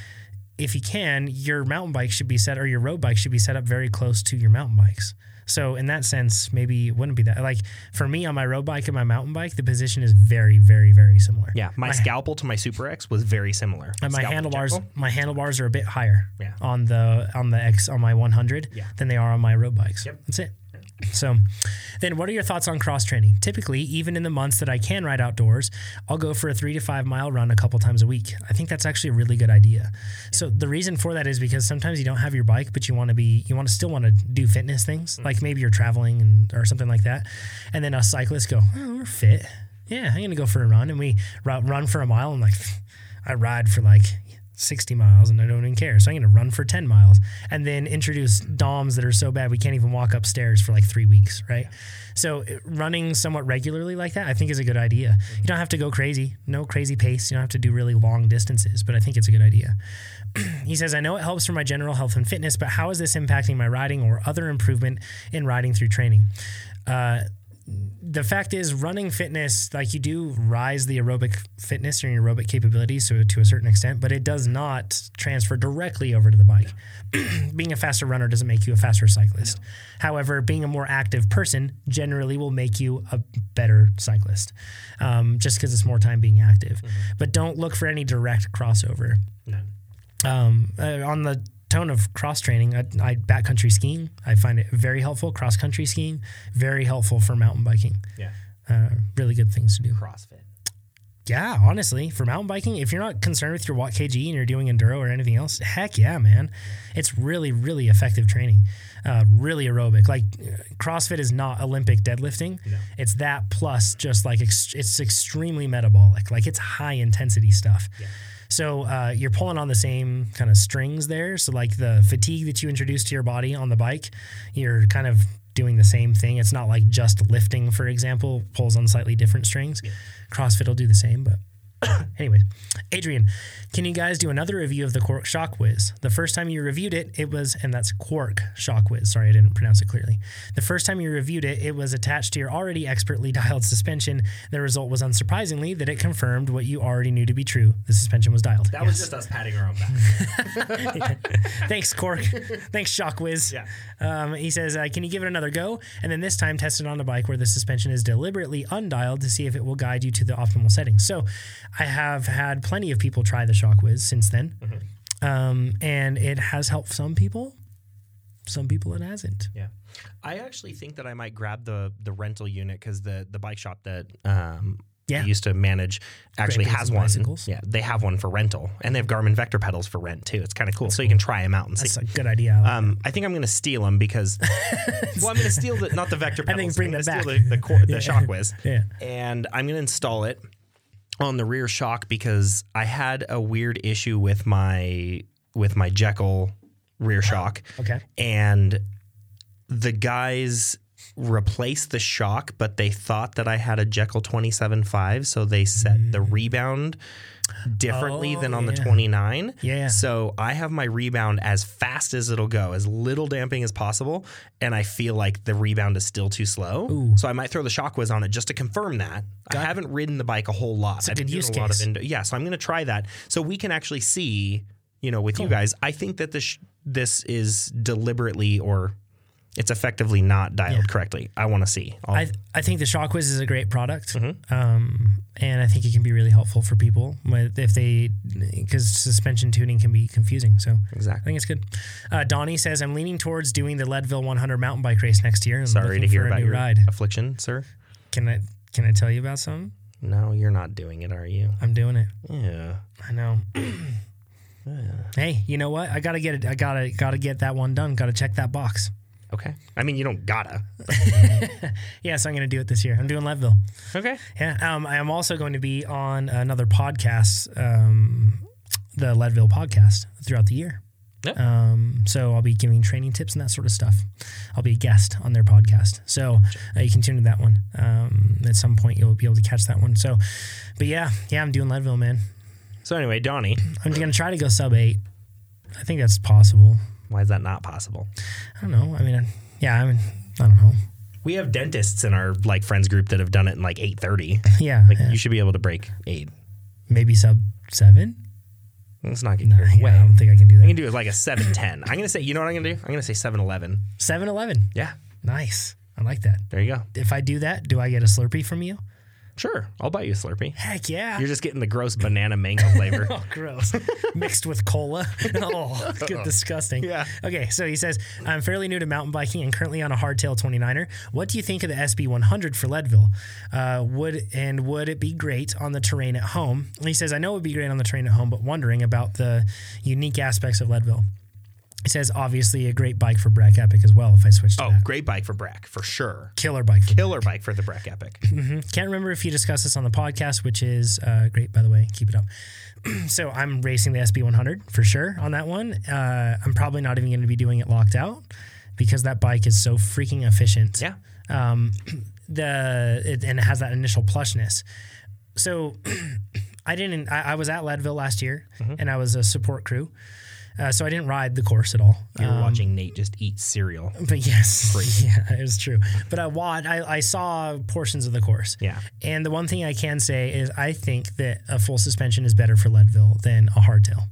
If you can, your mountain bike should be set or your road bike should be set up very close to your mountain bikes. So in that sense, maybe it wouldn't be that like for me on my road bike and my mountain bike, the position is very, very, very similar.
Yeah. My, scalpel to my Super X was very similar.
And my
Scalpel
handlebars,
jackal.
my handlebars are a bit higher
Yeah.
on the on the X on my 100
Yeah.
than they are on my road bikes.
Yep.
That's it. So, then what are your thoughts on cross training? Typically, even in the months that I can ride outdoors, I'll go for a three to five mile run a couple times a week. I think that's actually a really good idea. So, the reason for that is because sometimes you don't have your bike, but you want to be, you want to still want to do fitness
Mm.
things, like maybe you're traveling and, or something like that. And then us cyclists go, oh, we're fit. Yeah, I'm going to go for a run. And we ru- run for a mile. And like, I ride for like 60 miles and I don't even care. So I'm going to run for 10 miles and then introduce DOMs that are so bad we can't even walk upstairs for like three weeks, right? So it- running somewhat regularly like that, I think is a good idea. You don't have to go crazy, no crazy pace. You don't have to do really long distances, but I think it's a good idea. he says, I know it helps for my general health and fitness, but how is this impacting my riding or other improvement in riding through training? Uh, the fact is running fitness like you do rise the aerobic fitness or your aerobic capabilities so to a certain extent but it does not transfer directly over to the bike being a faster runner doesn't make you a faster cyclist however being a more active person generally will make you a better cyclist um, just because it's more time being active but don't look for any direct crossover um, uh, on the tone of cross training, I, I backcountry skiing. I find it very helpful. Cross country skiing, very helpful for mountain biking.
Yeah.
Uh, really good things to do.
CrossFit.
Yeah, honestly, for mountain biking, if you're not concerned with your watt kg and you're doing enduro or anything else, heck yeah, man, it's really really effective training, uh, really aerobic. Like uh, CrossFit is not Olympic deadlifting; it's that plus just like ex- it's extremely metabolic. Like it's high intensity stuff. So uh, you're pulling on the same kind of strings there. So like the fatigue that you introduce to your body on the bike, you're kind of doing the same thing. It's not like just lifting, for example, pulls on slightly different strings. CrossFit will do the same, but anyways, Adrian, can you guys do another review of the Quark Shock Whiz? The first time you reviewed it, it was, and that's Quark Shock Whiz. Sorry, I didn't pronounce it clearly. The first time you reviewed it, it was attached to your already expertly dialed suspension. The result was unsurprisingly that it confirmed what you already knew to be true. The suspension was dialed.
That was just us patting our own back.
Thanks, Cork. Thanks, Shock Whiz.
Yeah.
Um, he says, uh, Can you give it another go? And then this time, test it on a bike where the suspension is deliberately undialed to see if it will guide you to the optimal setting. So I have had plenty of people try the Shock Whiz since then. Um, and it has helped some people, some people it hasn't.
Yeah, I actually think that I might grab the the rental unit because the the bike shop that um
Yeah.
I used to manage actually
Great Plains
has
and
one.
Bicycles.
Yeah, they have one for rental, and they have Garmin Vector pedals for rent too. It's kind of cool, so you can try them out and
That's
see.
a good idea.
Um, I think I'm going to steal them because, well, I'm going to steal the not the vector pedals.
think bring them
I'm gonna
back.
Steal the the, cor- the Shockwiz.
Yeah.
and I'm going to install it on the rear shock because I had a weird issue with my with my Jekyll rear shock.
Okay.
and the guys replaced the shock, but they thought that I had a Jekyll 27.5, so they set the
Mm.
rebound differently than on the 29.
Oh, Yeah.
So I have my rebound as fast as it'll go, as little damping as possible, and I feel like the rebound is still too slow. So I might throw the shock whiz on it just to confirm that. I haven't ridden the bike a whole lot. I've been
good
doing
use
a lot of
case.
indo- yeah, so I'm going to try that so we can actually see, you know, with you guys. I think that this this is deliberately or it's effectively not dialed correctly. I want to see. I'll-
I, I think the Shockwiz is a great product, um, and I think it can be really helpful for people with, if they because suspension tuning can be confusing. So I
exactly.
think it's good. Uh, Donnie says I'm leaning towards doing the Leadville 100 mountain bike race next year. and
Sorry
looking
to hear
for a
about
new
your
ride.
affliction, sir.
Can I can I tell you about something?
No, you're not doing it, are you?
I'm doing it.
Yeah.
I know. Hey, you know what? I gotta get it. I gotta gotta get that one done. Gotta check that box.
Okay. I mean, you don't gotta.
Yes, I'm gonna do it this year. I'm doing Leadville.
Okay.
Yeah, um, I am also going to be on another podcast, um, the Leadville podcast, throughout the year.
Yeah.
Um, so I'll be giving training tips and that sort of stuff. I'll be a guest on their podcast, so uh, you can tune to that one. Um, at some point, you'll be able to catch that one. So, but yeah, yeah, I'm doing Leadville, man.
So anyway, Donnie,
I'm gonna try to go sub eight. I think that's possible.
why is that not possible?
I don't know. I mean, I, yeah, I mean, I don't know.
We have dentists in our like friends group that have done it in like eight thirty.
Yeah,
Like
yeah.
you should be able to break eight.
maybe sub seven.
It's not getting your
Yeah,
way.
I don't think I can do
I'm gonna
that.
do it like a seven ten. I'm gonna say, you know what I'm gonna do? I'm gonna say seven eleven.
Seven eleven.
Yeah.
Nice. I like that.
There you go.
if I do that, do I get a Slurpee from you?
Sure, I'll buy you a Slurpee.
Heck yeah.
You're just getting the gross banana mango flavor.
Oh, gross. Mixed with cola. Oh, good, disgusting.
Yeah.
Okay, so he says, I'm fairly new to mountain biking and currently on a hardtail 29er. What do you think of the SB 100 for Leadville? Uh, would and would it be great on the terrain at home? And he says, I know it would be great on the terrain at home, but wondering about the unique aspects of Leadville. He says, obviously a great bike for Brack Epic as well. If I switch to
Oh,
that,
great bike for Brack for sure.
killer bike. for
Killer bike for the Brack Epic.
Can't remember if you discussed this on the podcast, which is uh, great, by the way. Keep it up. so I'm racing the SB100 for sure on that one. Uh, I'm probably not even going to be doing it locked out because that bike is so freaking efficient.
Yeah.
Um, the it, and it has that initial plushness. So I didn't. I, I was at Leadville last year, and I was a support crew. Uh, so I didn't ride the course at all.
You're watching Nate just eat cereal.
But yes, yeah, it was true. But I watched, I, I saw portions of the course.
Yeah.
And the one thing I can say is I think that a full suspension is better for Leadville than a hardtail.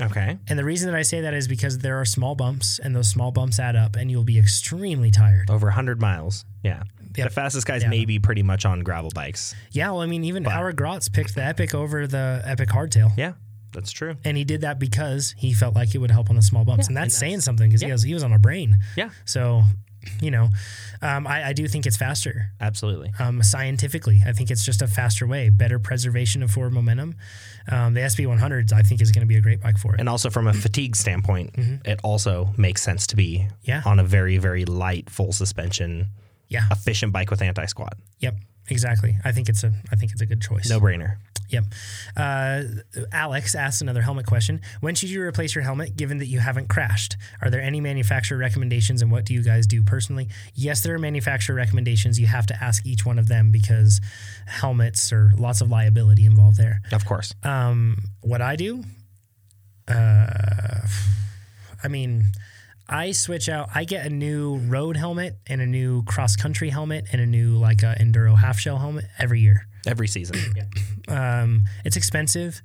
Okay.
And the reason that I say that is because there are small bumps, and those small bumps add up, and you'll be extremely tired.
Over 100 miles. Yeah. The fastest guys may be pretty much on gravel bikes.
Yeah, well, I mean, even our Grotz picked the Epic over the Epic Hardtail.
Yeah, that's true.
And he did that because he felt like it would help on the small bumps. and that's saying something because he, was, he was on a brain.
Yeah,
So, you know, um, I, I do think it's faster.
absolutely.
um, scientifically. I think it's just a faster way, better preservation of forward momentum. Um, the SB 100s, I think, is going to be a great bike for it.
And also from a fatigue standpoint, it also makes sense to be
Mm-hmm. Yeah.
on a very, very light full suspension,
yeah.
efficient bike with anti squat.
Yep. Exactly. I think it's a. I think it's a good choice.
No brainer.
Yep. Uh, Alex asks another helmet question. When should you replace your helmet, given that you haven't crashed? Are there any manufacturer recommendations, and what do you guys do personally? Yes, there are manufacturer recommendations. You have to ask each one of them because helmets are lots of liability involved there.
Of course.
Um, what I do, uh, I mean, I switch out. I get a new road helmet and a new cross country helmet and a new like a enduro half shell helmet every year.
Every season. yeah.
Um, it's expensive,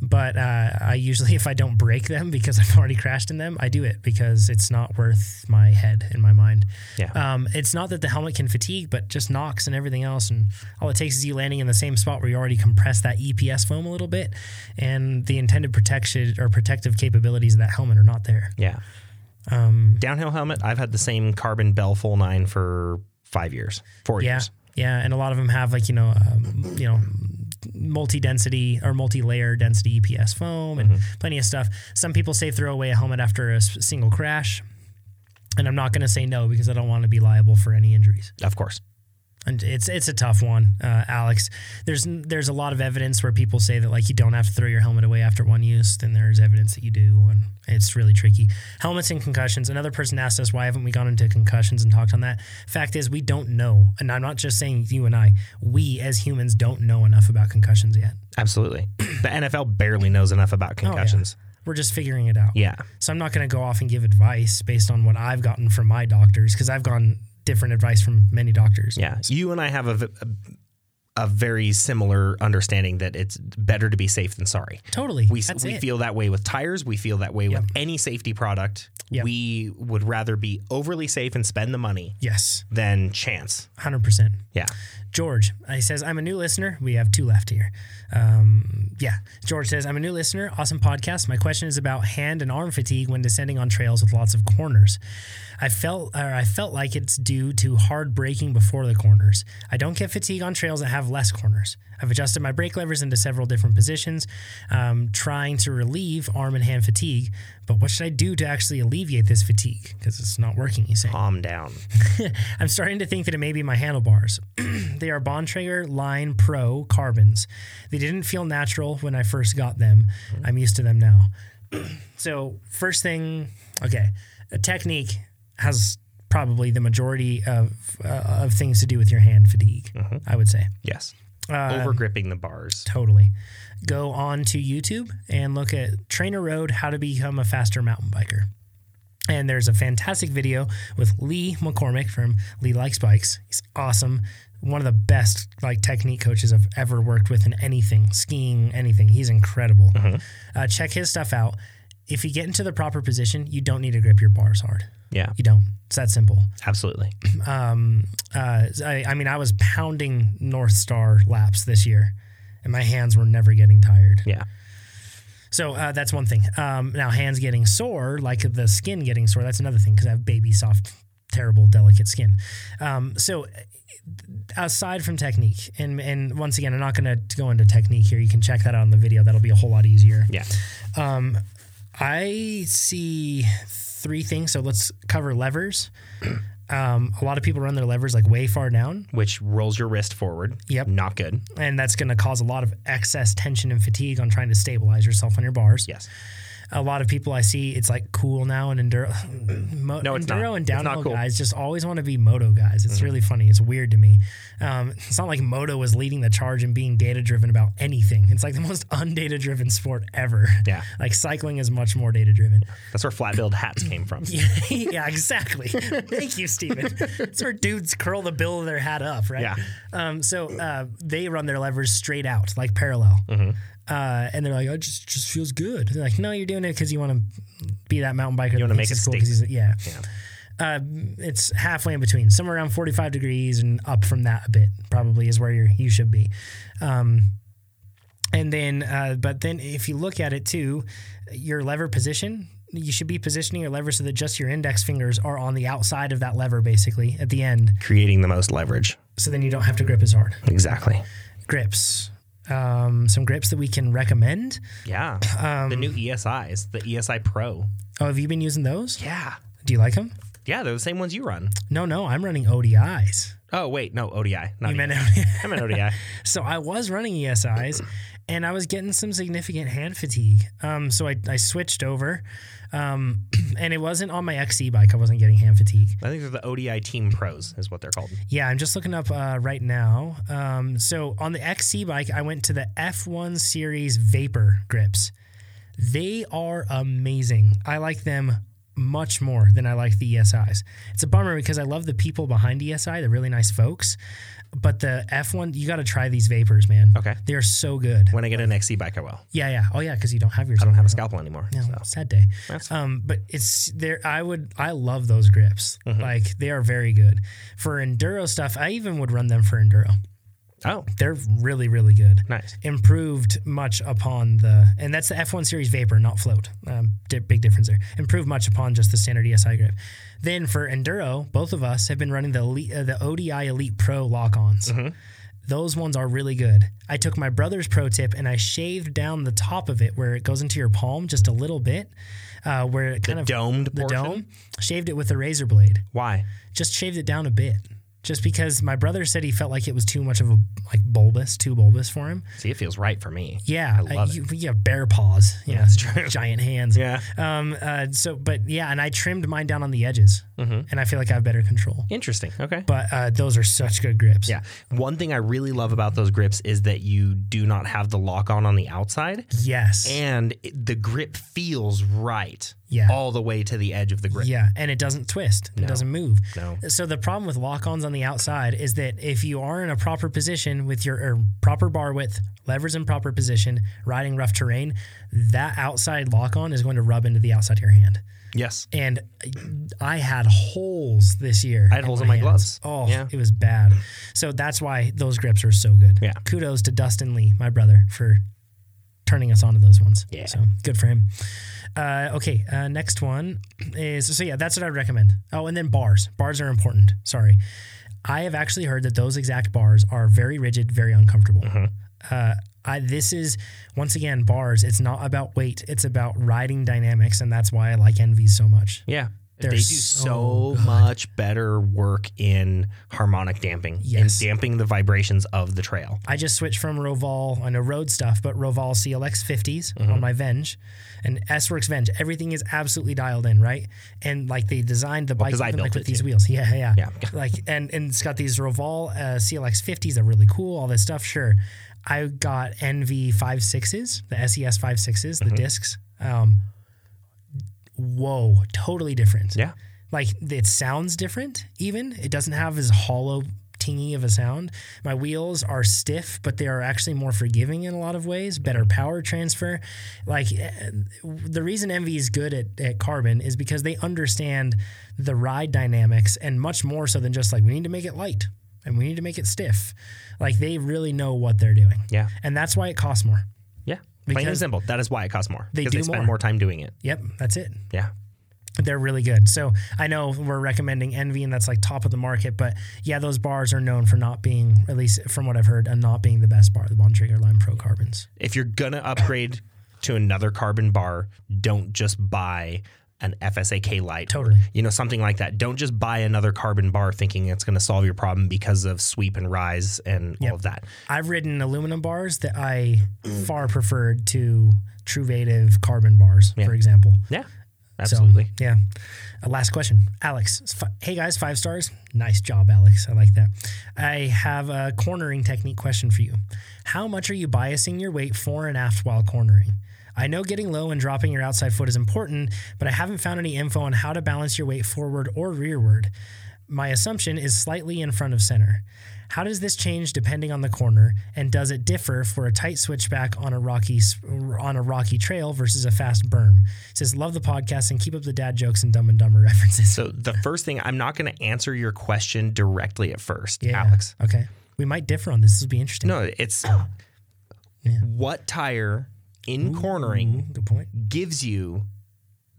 but uh, I usually if I don't break them because I've already crashed in them, I do it because it's not worth my head and my mind.
Yeah.
Um, it's not that the helmet can fatigue, but just knocks and everything else, and all it takes is you landing in the same spot where you already compressed that EPS foam a little bit, and the intended protection or protective capabilities of that helmet are not there.
Yeah.
Um,
Downhill helmet. I've had the same carbon Bell full nine for five years, four
Yeah,
years.
yeah, and a lot of them have like you know, um, you know, multi-density or multi-layer density EPS foam and
Mm-hmm.
plenty of stuff. Some people say throw away a helmet after a s- single crash, and I'm not going to say no because I don't want to be liable for any injuries.
Of course.
And it's it's a tough one, uh, Alex. There's n- there's a lot of evidence where people say that like you don't have to throw your helmet away after one use. Then there's evidence that you do, and it's really tricky. Helmets and concussions. Another person asked us why haven't we gone into concussions and talked on that. Fact is, we don't know, and I'm not just saying you and I. We as humans don't know enough about concussions yet.
Absolutely. the NFL barely knows
Oh,
enough about concussions.
We're just figuring it out.
yeah.
So I'm not going to go off and give advice based on what I've gotten from my doctors because I've gotten different advice from many doctors.
Yeah. You and I have a, v- a- a very similar understanding that it's better to be safe than sorry.
Totally.
We,
That's
we
it.
feel that way with tires. We feel that way with any safety product.
Yep.
We would rather be overly safe and spend the money
yes,
than chance.
hundred percent.
Yeah.
George, he says, I'm a new listener. We have two left here. Um, yeah. George says, I'm a new listener. Awesome podcast. My question is about hand and arm fatigue when descending on trails with lots of corners. I felt, or I felt like it's due to hard braking before the corners. I don't get fatigue on trails that have less corners. I've adjusted my brake levers into several different positions, um, trying to relieve arm and hand fatigue. But what should I do to actually alleviate this fatigue? Because it's not working, he's saying.
Calm down.
I'm starting to think that it may be my handlebars. they are Bontrager Line Pro carbons. They didn't feel natural when I first got them. I'm used to them now. so, first thing, okay, a technique has probably the majority of uh, of things to do with your hand fatigue, I would say.
Yes.
Uh,
Over gripping the bars.
Totally. Go on to YouTube and look at Trainer Road How to Become a Faster Mountain Biker. And there's a fantastic video with Lee McCormick from Lee Likes Bikes. He's awesome. One of the best like technique coaches I've ever worked with in anything, skiing, anything. He's incredible. Uh, check his stuff out. if you get into the proper position, you don't need to grip your bars hard.
Yeah,
You don't. It's that simple.
absolutely.
Um, uh, I, I mean, I was pounding North Star laps this year, and my hands were never getting tired.
Yeah.
So uh, that's one thing. Um, now, hands getting sore, like the skin getting sore, that's another thing because I have baby soft, terrible, delicate skin. Um, so, uh, aside from technique, and and once again, I'm not going to go into technique here. You can check that out on the video. That'll be a whole lot easier.
Yeah.
I see three things. So let's cover levers. Um, a lot of people run their levers like way far down,
Which rolls your wrist forward.
Yep.
Not good.
and that's going to cause a lot of excess tension and fatigue on trying to stabilize yourself on your bars.
Yes.
a lot of people I see, it's like cool now and enduro. Mo-
No, it's
enduro
not.
and
It's not
downhill
cool. Mm-hmm.
guys just always want to be moto guys. It's really funny. It's weird to me. Um, it's not like moto was leading the charge and being data driven about anything. It's like the most undata driven sport ever.
Yeah.
like cycling is much more data driven.
That's where flat billed hats came from.
Yeah, yeah, exactly. Thank you, Steven. It's where dudes curl the bill of their hat up, right?
Yeah.
Um, so uh, they run their levers straight out, like parallel.
Mm-hmm.
Uh, and they're like, oh, it just, just feels good. They're like, no, you're doing it because you want to be that mountain biker. You
wanna make a
because he's, yeah. Um, it's halfway in between, somewhere around 45 degrees and up from that a bit, probably is where you're, you should be. Um, And then, uh, but then if you look at it too, your lever position, you should be positioning your lever so that just your index fingers are on the outside of that lever basically at the end.
Creating the most leverage.
So then you don't have to grip as hard.
Exactly.
Grips. Um, some grips that we can recommend.
Yeah. Um, the
Um,
new ESIs, the ESI Pro.
Oh, have you been using those?
Yeah.
Do you like them?
Yeah, they're the same ones you run.
No, no, I'm running ODIs.
Oh, wait. No, ODI. Not
You meant
ESI.
ODI.
I meant ODI.
So I was running ESIs and I was getting some significant hand fatigue. Um, so I, I switched over um, and it wasn't on my XC bike. I wasn't getting hand fatigue.
I think they're the ODI Team Pros, is what they're called.
Yeah, I'm just looking up uh, right now. Um, so on the XC bike, I went to the F1 Series Vapor grips. They are amazing. I like them much more than I like the ESIs. It's a bummer because I love the people behind E ESI. They're really nice folks. But the F1, you got to try these vapors, man.
Okay.
They are so good.
When I get an XC bike, I will.
Yeah, yeah. Oh, yeah, because you don't have yours.
I don't have a scalpel anymore. so.
Sad day.
That's-
Um, but it's there. I would. I love those grips.
Mm-hmm.
Like they are very good for enduro stuff. I even would run them for enduro.
Oh,
They're really, really good.
nice.
Improved much upon the, and that's the F1 Series Vapor, not Float. Um, di- big difference there. Improved much upon just the standard ESI grip. Then for enduro, both of us have been running the elite, uh, the ODI Elite Pro lock-ons. Those ones are really good. I took my brother's pro tip and I shaved down the top of it where it goes into your palm just a little bit, uh, where it kind of
domed
the
portion?
dome. Shaved it with a razor blade
Why?
just shaved it down a bit just because my brother said he felt like it was too much of a like bulbous too bulbous for him
See, it feels right for me.
yeah
I love
uh,
it.
you, yeah bear paws yeah that's true. giant hands
Yeah.
um uh, so but yeah and i trimmed mine down on the edges
Mm-hmm.
and i feel like i have better control
Interesting. Okay.
but uh, those are such good grips
yeah. One thing I really love about those grips is that you do not have the lock on on the outside.
yes
and it, the grip feels right
Yeah.
all the way to the edge of the grip.
yeah and it doesn't twist it doesn't move
No.
so the problem with lock-ons on the outside is that if you are in a proper position with your or proper bar width, levers in proper position, riding rough terrain, that outside lock-on is going to rub into the outside of your hand.
Yes.
And I had holes this year. I
had holes in my gloves.
Oh,
Yeah.
it was bad. So that's why those grips are so good.
Yeah.
Kudos to Dustin Lee, my brother, for turning us onto those ones.
Yeah.
So good for him. Uh, okay, uh, next one is so yeah, that's what I recommend. Oh, and then bars. Bars are important. Sorry, I have actually heard that those exact bars are very rigid, very uncomfortable.
Mm-hmm.
Uh, I, this is once again bars. It's not about weight. It's about riding dynamics, and that's why I like Envy so much.
Yeah.
They're
they do
so
so, much better work in harmonic damping
Yes.
and damping the vibrations of the trail.
I just switched from Roval, I know road stuff, but Roval CLX 50s
Mm-hmm.
on my Venge and S Works Venge. Everything is absolutely dialed in, right? And like they designed the bike
'cause I
even, like
built
with
it,
these
too.
wheels. Yeah, yeah.
Yeah.
like and and it's got these Roval uh, CLX 50s that are really cool, all this stuff, sure. I got NV 56s, the E SES 56s,
Mm-hmm.
the discs. Um whoa, totally different
Yeah.
like it sounds different even it doesn't have as hollow tingy of a sound. My wheels are stiff, but they are actually more forgiving in a lot of ways.
Mm-hmm.
Better power transfer. Like eh, the reason MV is good at, at Carbon is because they understand the ride dynamics and much more so than just like we need to make it light and we need to make it stiff. Like they really know what they're doing.
Yeah.
And that's why it costs more.
Yeah. Plain and
Because-
simple. That is why it costs more.
They
Because
do
they spend
more.
more. time doing it.
Yep, that's it.
Yeah.
They're really good. So I know we're recommending Envy, and that's like top of the market. But yeah, those bars are known for not being, at least from what I've heard, and not being the best bar, the Bon Trigger Lime Pro Carbons.
If you're gonna upgrade to another carbon bar, don't just buy an FSAK light.
Totally.
You know, something like that. Don't just buy another carbon bar thinking it's gonna solve your problem because of sweep and rise and all of that.
I've ridden aluminum bars that I far preferred to Truvative carbon bars, for example.
Yeah.
So,
Absolutely.
yeah. Uh, last question, Alex. s- fi- Hey guys, five stars. Nice job, Alex. I like that. I have a cornering technique question for you. How much are you biasing your weight fore and aft while cornering? I know getting low and dropping your outside foot is important, but I haven't found any info on how to balance your weight forward or rearward. My assumption is slightly in front of center. How does this change depending on the corner, and does it differ for a tight switchback on a rocky s- on a rocky trail versus a fast berm? It says love the podcast and keep up the dad jokes and Dumb and Dumber references.
So the first thing I'm not gonna answer your question directly at first,
Yeah.
Alex.
Okay, we might differ on this. This will be interesting.
No, it's what tire in cornering
Good point.
gives you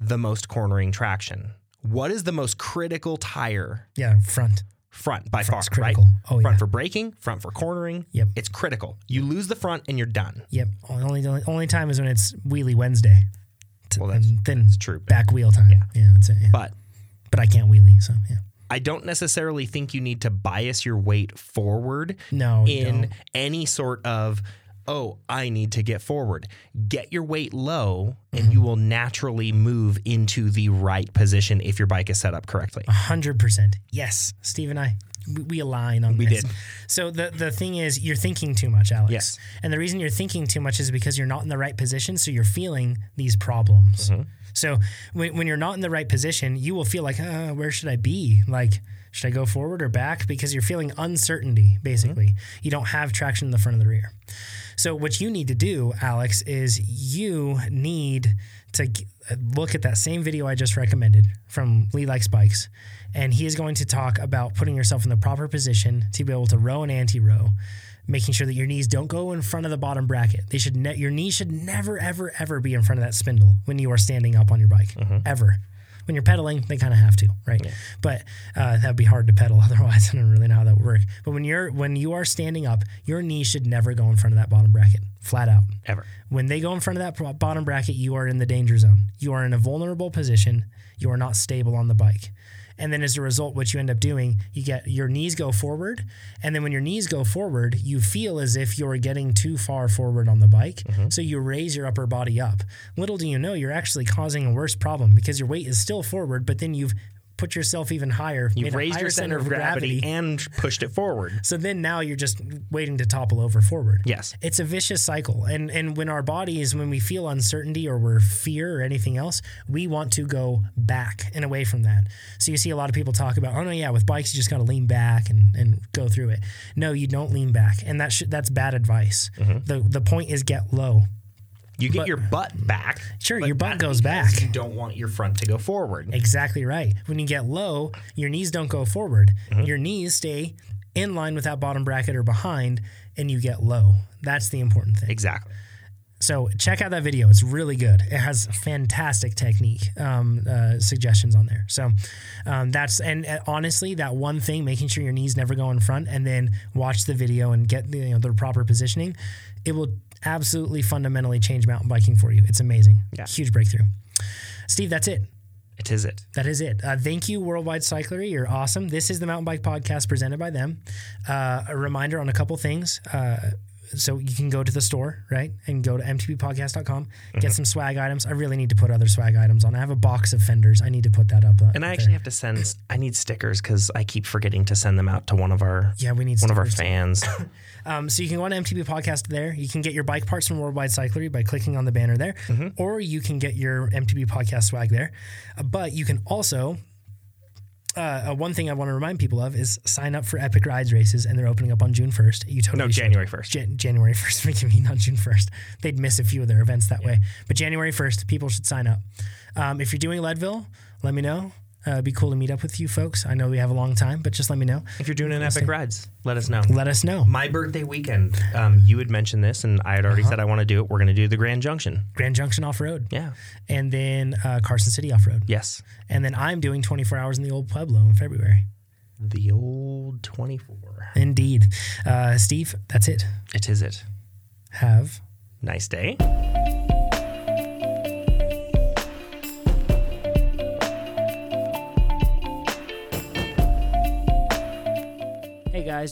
the most cornering traction. What is the most critical tire?
Yeah, front.
Front by
Front's
far, right?
critical. Oh,
front
yeah.
for braking, front for cornering.
Yep.
It's critical. You lose the front and you're done.
Yep. Only only, only time is when it's Wheelie Wednesday. T-
Well, that's-
and then
true, but-
Back wheel time. Yeah, that's it. Yeah. But,
But
I can't wheelie, so yeah.
I don't necessarily think you need to bias your weight forward
No, you
in
don't.
any sort of oh, I need to get forward. Get your weight low
Mm-hmm.
and you will naturally move into the right position if your bike is set up correctly.
Hundred percent. Yes, Steve and I, we, we align on we this.
did.
So the the thing is, you're thinking too much, Alex.
Yes.
And the reason you're thinking too much is because you're not in the right position, so you're feeling these problems.
Mm-hmm.
So when when you're not in the right position, you will feel like, uh, where should I be? Like. Should I go forward or back? Because you're feeling uncertainty, basically.
Mm-hmm.
You don't have traction in the front of the rear. So, what you need to do, Alex, is you need to g- uh, look at that same video I just recommended from Lee Likes Bikes. And he is going to talk about putting yourself in the proper position to be able to row and anti row, making sure that your knees don't go in front of the bottom bracket. They should ne- Your knees should never, ever, ever be in front of that spindle when you are standing up on your bike, ever. When you're pedaling, they kind of have to, right? But uh, that'd be hard to pedal otherwise. I don't really know how that would work. But when you're when you are standing up, your knee should never go in front of that bottom bracket, flat out.
Ever.
When they go in front of that pro- bottom bracket, you are in the danger zone. You are in a vulnerable position. You are not stable on the bike. And then as a result, what you end up doing, you get your knees go forward. And then when your knees go forward, you feel as if you're getting too far forward on the bike.
Mm-hmm.
So you raise your upper body up. Little do you know, you're actually causing a worse problem because your weight is still forward, but then you've put yourself even higher.
You
made a
raised
higher
your center of gravity, and pushed it forward.
So then now you're just waiting to topple over forward.
Yes.
It's a vicious cycle. And and when our bodies, when we feel uncertainty or we're fear or anything else, we want to go back and away from that. So you see a lot of people talk about, oh no, yeah, with bikes you just gotta lean back and, and go through it. No, you don't lean back. And that should that's bad advice.
Mm-hmm.
The the point is get low.
You get your butt back.
Sure,
but
your butt
that
goes
means
back.
You don't want your front to go forward.
Exactly right. When you get low, your knees don't go forward. Your knees stay in line with that bottom bracket or behind, and you get low. That's the important thing.
Exactly.
So check out that video. It's really good. It has fantastic technique um, uh, suggestions on there. So um, that's and uh, honestly, that one thing, making sure your knees never go in front, and then watch the video and get the, you know the proper positioning, it will absolutely fundamentally change mountain biking for you. It's amazing.
Yeah.
Huge breakthrough. Steve, that's it.
It is it.
That is it. Uh, thank you, Worldwide Cyclery. You're awesome. This is the Mountain Bike Podcast presented by them. Uh, a reminder on a couple things. Uh, so you can go to the store, right? And go to mtppodcast.com, get
Mm-hmm.
some swag items. I really need to put other swag items on. I have a box of fenders. I need to put that up. uh,
And I
there.
actually have to send. I need stickers because I keep forgetting to send them out to one of our
Yeah, we need
one of our
stickers.
fans.
Um, so you can go on to MTB Podcast there. You can get your bike parts from Worldwide Cyclery by clicking on the banner there,
Mm-hmm.
or you can get your MTB Podcast swag there. Uh, but you can also uh, uh, one thing I want to remind people of is sign up for Epic Rides races, and they're opening up on June first. You totally
No,
should.
January 1st.
Jan- January first. What do you mean not June first? They'd miss a few of their events that way. But January first, people should sign up. Um, if you're doing Leadville, let me know. Uh, it'd be cool to meet up with you folks. I know we have a long time, but just let me know.
If you're doing an epic rides, let us know.
Let us know.
My birthday weekend, um, you had mentioned this, and I had already
Uh-huh.
said I want to do it. We're going to do the Grand Junction.
Grand Junction off road.
Yeah.
And then uh, Carson City off road.
Yes.
And then I'm doing 24 hours in the old Pueblo in February.
The old 24.
Indeed. Uh, Steve, that's it.
It is it.
Have.
Nice day.
Hey guys,